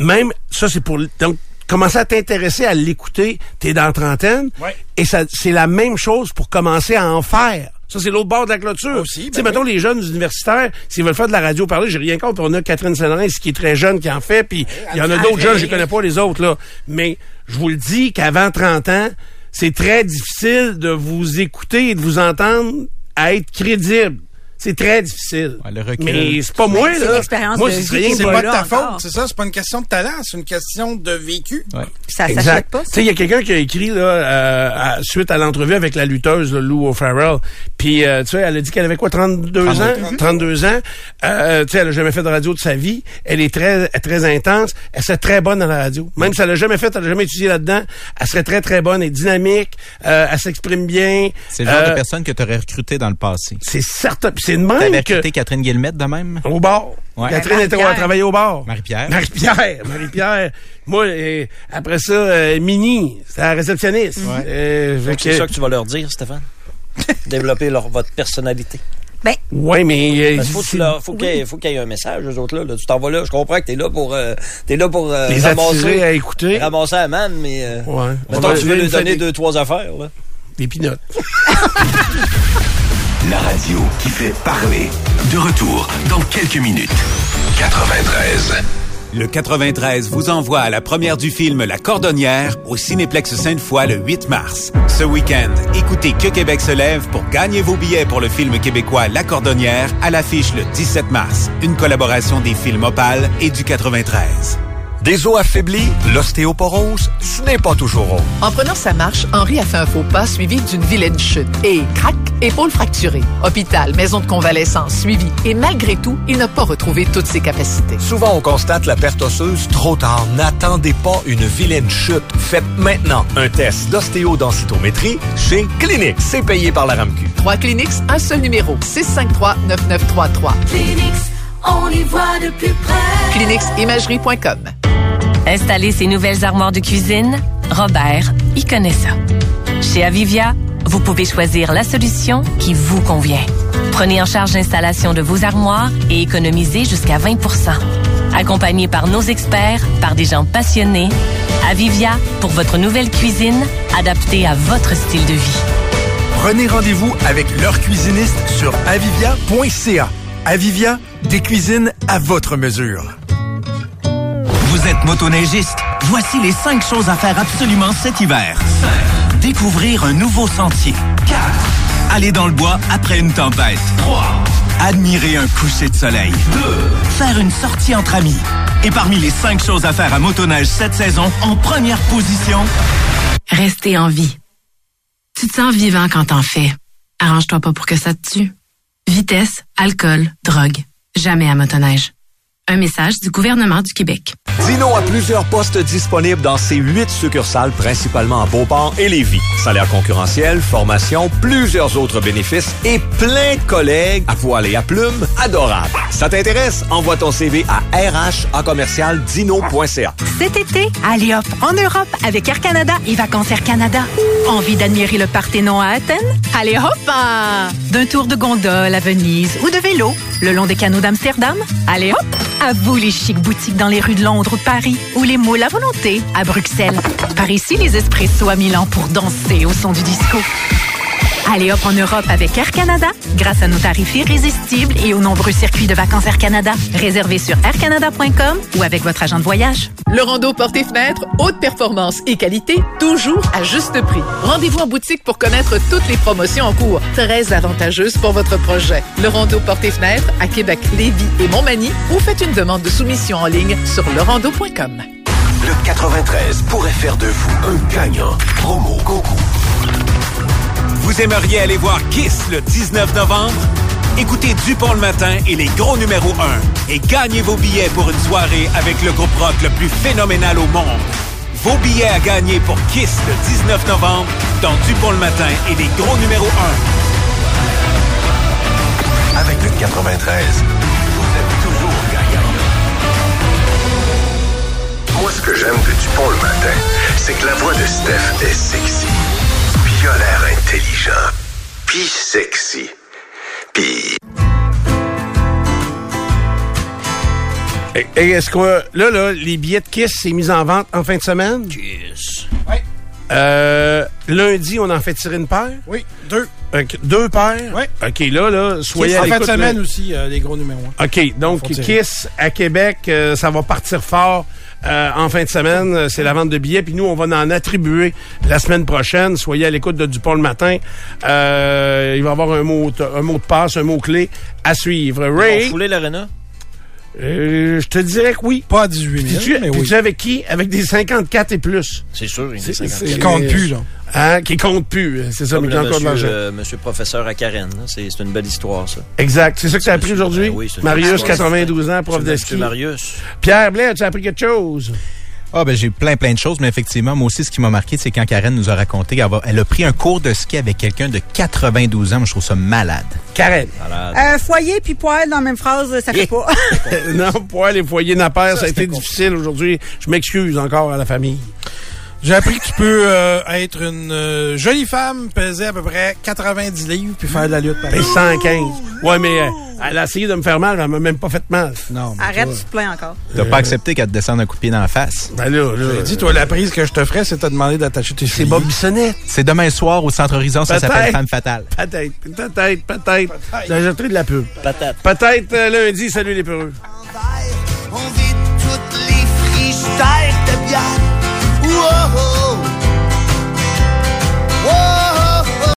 [SPEAKER 2] même ça, c'est pour donc commencer à t'intéresser à l'écouter. T'es dans la trentaine,
[SPEAKER 4] Ouais.
[SPEAKER 2] et ça, c'est la même chose pour commencer à en faire. Ça, c'est l'autre bord de la clôture.
[SPEAKER 4] Aussi, ben
[SPEAKER 2] tu sais, mettons, les jeunes universitaires, s'ils veulent faire de la radio parler, j'ai rien contre. On a Catherine Sénarès qui est très jeune, qui en fait, puis il y en a
[SPEAKER 4] elle
[SPEAKER 2] d'autres
[SPEAKER 4] fait
[SPEAKER 2] jeunes, je
[SPEAKER 4] rire.
[SPEAKER 2] connais pas les autres, là. Mais je vous le dis qu'avant 30 ans, c'est très difficile de vous écouter et de vous entendre à être crédible. C'est très difficile.
[SPEAKER 5] Ouais, le recul.
[SPEAKER 2] Mais c'est pas moi,
[SPEAKER 3] C'est
[SPEAKER 2] là.
[SPEAKER 3] l'expérience
[SPEAKER 2] Moi,
[SPEAKER 3] de
[SPEAKER 2] c'est
[SPEAKER 3] vie
[SPEAKER 2] rien
[SPEAKER 3] qui
[SPEAKER 2] que
[SPEAKER 4] c'est
[SPEAKER 3] Voilà
[SPEAKER 4] pas de ta
[SPEAKER 3] encore.
[SPEAKER 4] faute, c'est ça. C'est pas une question de talent, c'est une question de vécu.
[SPEAKER 5] Ouais.
[SPEAKER 3] Puis ça s'achète
[SPEAKER 2] Exact.
[SPEAKER 3] pas.
[SPEAKER 2] Tu
[SPEAKER 3] ça.
[SPEAKER 2] sais, il y a quelqu'un qui a écrit là, euh, à- suite à l'entrevue avec la lutteuse là, Lou O'Farrell. Puis euh, tu sais, elle a dit qu'elle avait quoi 32 ans, 32 ans. Euh, tu sais, elle a jamais fait de radio de sa vie. Elle est très très intense, elle serait très bonne à la radio. Même si elle l'a jamais fait, elle a jamais étudié là-dedans, elle serait très très bonne et dynamique, euh, elle s'exprime bien.
[SPEAKER 5] C'est le genre
[SPEAKER 2] Euh,
[SPEAKER 5] de personne que tu aurais recruté dans le passé.
[SPEAKER 2] C'est certain, Puis c'est une même
[SPEAKER 5] T'avais
[SPEAKER 2] que
[SPEAKER 5] recruté Catherine Guillemette de même?
[SPEAKER 2] au bar.
[SPEAKER 5] Ouais.
[SPEAKER 2] Catherine était
[SPEAKER 3] Marie-Pierre.
[SPEAKER 2] à travailler au bar.
[SPEAKER 5] Marie-Pierre.
[SPEAKER 2] Marie-Pierre. Marie-Pierre. Moi, euh, après ça, euh, Mini, c'était la réceptionniste. Euh, fait
[SPEAKER 6] Donc, c'est
[SPEAKER 2] que-
[SPEAKER 6] ça que tu vas leur dire, Stéphane. Développer leur, votre personnalité.
[SPEAKER 2] Ouais, mais. euh,
[SPEAKER 6] Il faut
[SPEAKER 2] c'est-
[SPEAKER 6] qu'il faut qu'il faut qu'il y ait un message aux autres là. là. Tu t'en vas là. Je comprends que t'es là pour euh, t'es là pour euh,
[SPEAKER 2] Les attirer à écouter.
[SPEAKER 6] ramasser à man, mais euh,
[SPEAKER 2] Ouais. On
[SPEAKER 6] mettons
[SPEAKER 2] va
[SPEAKER 6] que tu veux
[SPEAKER 2] dire
[SPEAKER 6] lui
[SPEAKER 2] une fois
[SPEAKER 6] donner
[SPEAKER 2] des-
[SPEAKER 6] deux trois affaires. Là.
[SPEAKER 2] Des pinottes.
[SPEAKER 8] La radio qui fait parler. De retour dans quelques minutes. 93.
[SPEAKER 7] Le 93 vous envoie à la première du film La Cordonnière au Cinéplex Sainte-Foy le 8 mars. Ce week-end, écoutez Que Québec se lève pour gagner vos billets pour le film québécois La Cordonnière à l'affiche le 17 mars. Une collaboration des films Opal et du 93.
[SPEAKER 9] Des os affaiblis, l'ostéoporose, ce n'est pas toujours rond.
[SPEAKER 10] En prenant sa marche, Henri a fait un faux pas suivi d'une vilaine chute. Et crac, épaule fracturée. Hôpital, maison de convalescence, suivi. Et malgré tout, il n'a pas retrouvé toutes ses capacités.
[SPEAKER 9] Souvent, on constate la perte osseuse trop tard. N'attendez pas une vilaine chute. Faites maintenant un test d'ostéodensitométrie chez Clinique. C'est payé par la RAMQ.
[SPEAKER 10] Trois cliniques, un seul numéro. 653-9933.
[SPEAKER 11] Clinics, on y voit de plus près.
[SPEAKER 10] Cliniquesimagerie.com.
[SPEAKER 12] Installer ses nouvelles armoires de cuisine, Robert y connaît ça. Chez Avivia, vous pouvez choisir la solution qui vous convient. Prenez en charge l'installation de vos armoires et économisez jusqu'à 20 Accompagné par nos experts, par des gens passionnés, Avivia pour votre nouvelle cuisine adaptée à votre style de vie.
[SPEAKER 13] Prenez rendez-vous avec leur cuisiniste sur avivia.ca. Avivia, des cuisines à votre mesure.
[SPEAKER 14] Vous êtes motoneigiste? Voici les 5 choses à faire absolument cet hiver. 5. Découvrir un nouveau sentier. 4. Aller dans le bois après une tempête. 3. Admirer un coucher de soleil. 2. Faire une sortie entre amis. Et parmi les 5 choses à faire à motoneige cette saison, en première position,
[SPEAKER 15] Rester en vie. Tu te sens vivant quand t'en fais. Arrange-toi pas pour que ça te tue. Vitesse, alcool, drogue. Jamais à motoneige. Un message du gouvernement du Québec.
[SPEAKER 9] Dino a plusieurs postes disponibles dans ses huit succursales, principalement à Beauport et Lévis. Salaire concurrentiel, formation, plusieurs autres bénéfices et plein de collègues à poil et à plumes adorables. Ça t'intéresse? Envoie ton CV à RH en commercial dino.ca.
[SPEAKER 16] Cet été, à Liop, en Europe, avec Air Canada et Vacances Air Canada. Envie d'admirer le Parthénon à Athènes? Allez hop! hein! D'un tour de gondole à Venise ou de vélo, le long des canaux d'Amsterdam? Allez hop! À vous les chics boutiques dans les rues de Londres ou de Paris, ou les moules à volonté à Bruxelles. Par ici, les espressos à Milan pour danser au son du disco. Allez hop en Europe avec Air Canada, grâce à nos tarifs irrésistibles et aux nombreux circuits de vacances Air Canada. Réservez sur aircanada.com ou avec votre agent de voyage.
[SPEAKER 10] Le rando porte et fenêtre, haute performance et qualité, toujours à juste prix. Rendez-vous en boutique pour connaître toutes les promotions en cours, très avantageuses pour votre projet. Le rando porte et fenêtre à Québec, Lévis et Montmagny ou faites une demande de soumission en ligne sur lerando.com.
[SPEAKER 8] Le 93 pourrait faire de vous un gagnant. Promo concours.
[SPEAKER 7] Vous aimeriez aller voir Kiss le 19 novembre? Écoutez Dupont le matin et les gros numéros 1 et gagnez vos billets pour une soirée avec le groupe rock le plus phénoménal au monde. Vos billets à gagner pour Kiss le 19 novembre dans Dupont le matin et les gros numéros
[SPEAKER 8] 1. Avec le 93, vous êtes toujours gagnant. Moi, ce que j'aime de Dupont le matin, c'est que la voix de Steph est sexy. Puis il a l'air intelligent. Puis sexy. Puis...
[SPEAKER 2] Et, et est-ce que là, là, les billets de Kiss, c'est mis en vente en fin de semaine?
[SPEAKER 6] Yes.
[SPEAKER 2] Euh, lundi, on en fait tirer une paire?
[SPEAKER 4] Oui, deux.
[SPEAKER 2] Ok, deux paires?
[SPEAKER 4] Oui.
[SPEAKER 2] OK, là, là, soyez
[SPEAKER 4] en
[SPEAKER 2] à
[SPEAKER 4] fin de
[SPEAKER 2] l'écoute,
[SPEAKER 4] semaine
[SPEAKER 2] là.
[SPEAKER 4] aussi, euh, les gros numéros. un.
[SPEAKER 2] OK, donc
[SPEAKER 4] Faut tirer.
[SPEAKER 2] Kiss à Québec, euh, ça va partir fort euh, en fin de semaine. Euh, C'est la vente de billets, puis nous, on va en attribuer la semaine prochaine. Soyez à l'écoute de Dupont le matin. Euh, il va y avoir un mot, de- un mot de passe, un mot-clé à suivre.
[SPEAKER 6] On
[SPEAKER 2] Ray,
[SPEAKER 6] foulait l'Arena?
[SPEAKER 2] euh, je te dirais que oui.
[SPEAKER 4] Pas à 18 000,
[SPEAKER 2] Puis tu,
[SPEAKER 4] mais
[SPEAKER 2] puis
[SPEAKER 4] oui.
[SPEAKER 2] tu es avec qui? Avec des 54 et plus.
[SPEAKER 6] C'est sûr, il y en a
[SPEAKER 2] C'est-
[SPEAKER 6] 54.
[SPEAKER 2] c'est-
[SPEAKER 4] Qui compte plus, là.
[SPEAKER 2] Hein, qui compte plus. C'est ça,
[SPEAKER 6] Comme
[SPEAKER 2] mais qui
[SPEAKER 6] le
[SPEAKER 2] a encore de
[SPEAKER 6] monsieur,
[SPEAKER 2] l'argent.
[SPEAKER 6] euh, monsieur professeur à Karen. là. C'est c'est une belle histoire, ça.
[SPEAKER 2] Exact. C'est ça que tu as appris
[SPEAKER 6] c'est-
[SPEAKER 2] aujourd'hui?
[SPEAKER 6] ben oui, c'est une
[SPEAKER 2] Marius,
[SPEAKER 6] histoire.
[SPEAKER 2] 92 ans, prof
[SPEAKER 6] Monsieur-
[SPEAKER 2] de
[SPEAKER 6] monsieur
[SPEAKER 2] ski.
[SPEAKER 6] Marius.
[SPEAKER 2] Pierre Blair, tu as appris quelque chose?
[SPEAKER 5] Ah ben j'ai plein plein de choses, mais effectivement, moi aussi, ce qui m'a marqué, c'est quand Karen nous a raconté qu'elle va- elle a pris un cours de ski avec quelqu'un de 92 ans. Moi, je trouve ça malade.
[SPEAKER 2] Karen.
[SPEAKER 6] Malade.
[SPEAKER 3] Euh, foyer puis poêle dans la même phrase, ça fait pas.
[SPEAKER 2] non, poil les foyers nappaires, ça, a
[SPEAKER 4] c'était
[SPEAKER 2] été difficile aujourd'hui. Je m'excuse encore à la famille.
[SPEAKER 4] J'ai appris que tu peux euh, être une euh, jolie femme, peser à peu près 90 livres, puis faire de la lutte
[SPEAKER 2] Ben,
[SPEAKER 4] pareil.
[SPEAKER 2] 115. Ouais, mais euh, elle a essayé de me faire mal, mais elle m'a même pas fait mal.
[SPEAKER 4] Non, mais
[SPEAKER 3] Arrête,
[SPEAKER 4] toi,
[SPEAKER 3] tu te plains encore.
[SPEAKER 5] T'as pas accepté qu'elle te descende un coup de pied dans la face.
[SPEAKER 2] Ben là, là,
[SPEAKER 4] je te dis, toi, la prise que je te ferais, c'est de te demander d'attacher tes
[SPEAKER 2] c'est
[SPEAKER 4] souliers.
[SPEAKER 2] Bob Bissonnette.
[SPEAKER 5] C'est demain soir au Centre Horizon, ça
[SPEAKER 2] Peut-être.
[SPEAKER 5] s'appelle Femme Fatale.
[SPEAKER 2] Peut-être, peut-être, peut-être. J'ai ajouté de la pub.
[SPEAKER 6] Patate.
[SPEAKER 2] Peut-être euh, lundi, salut les peureux.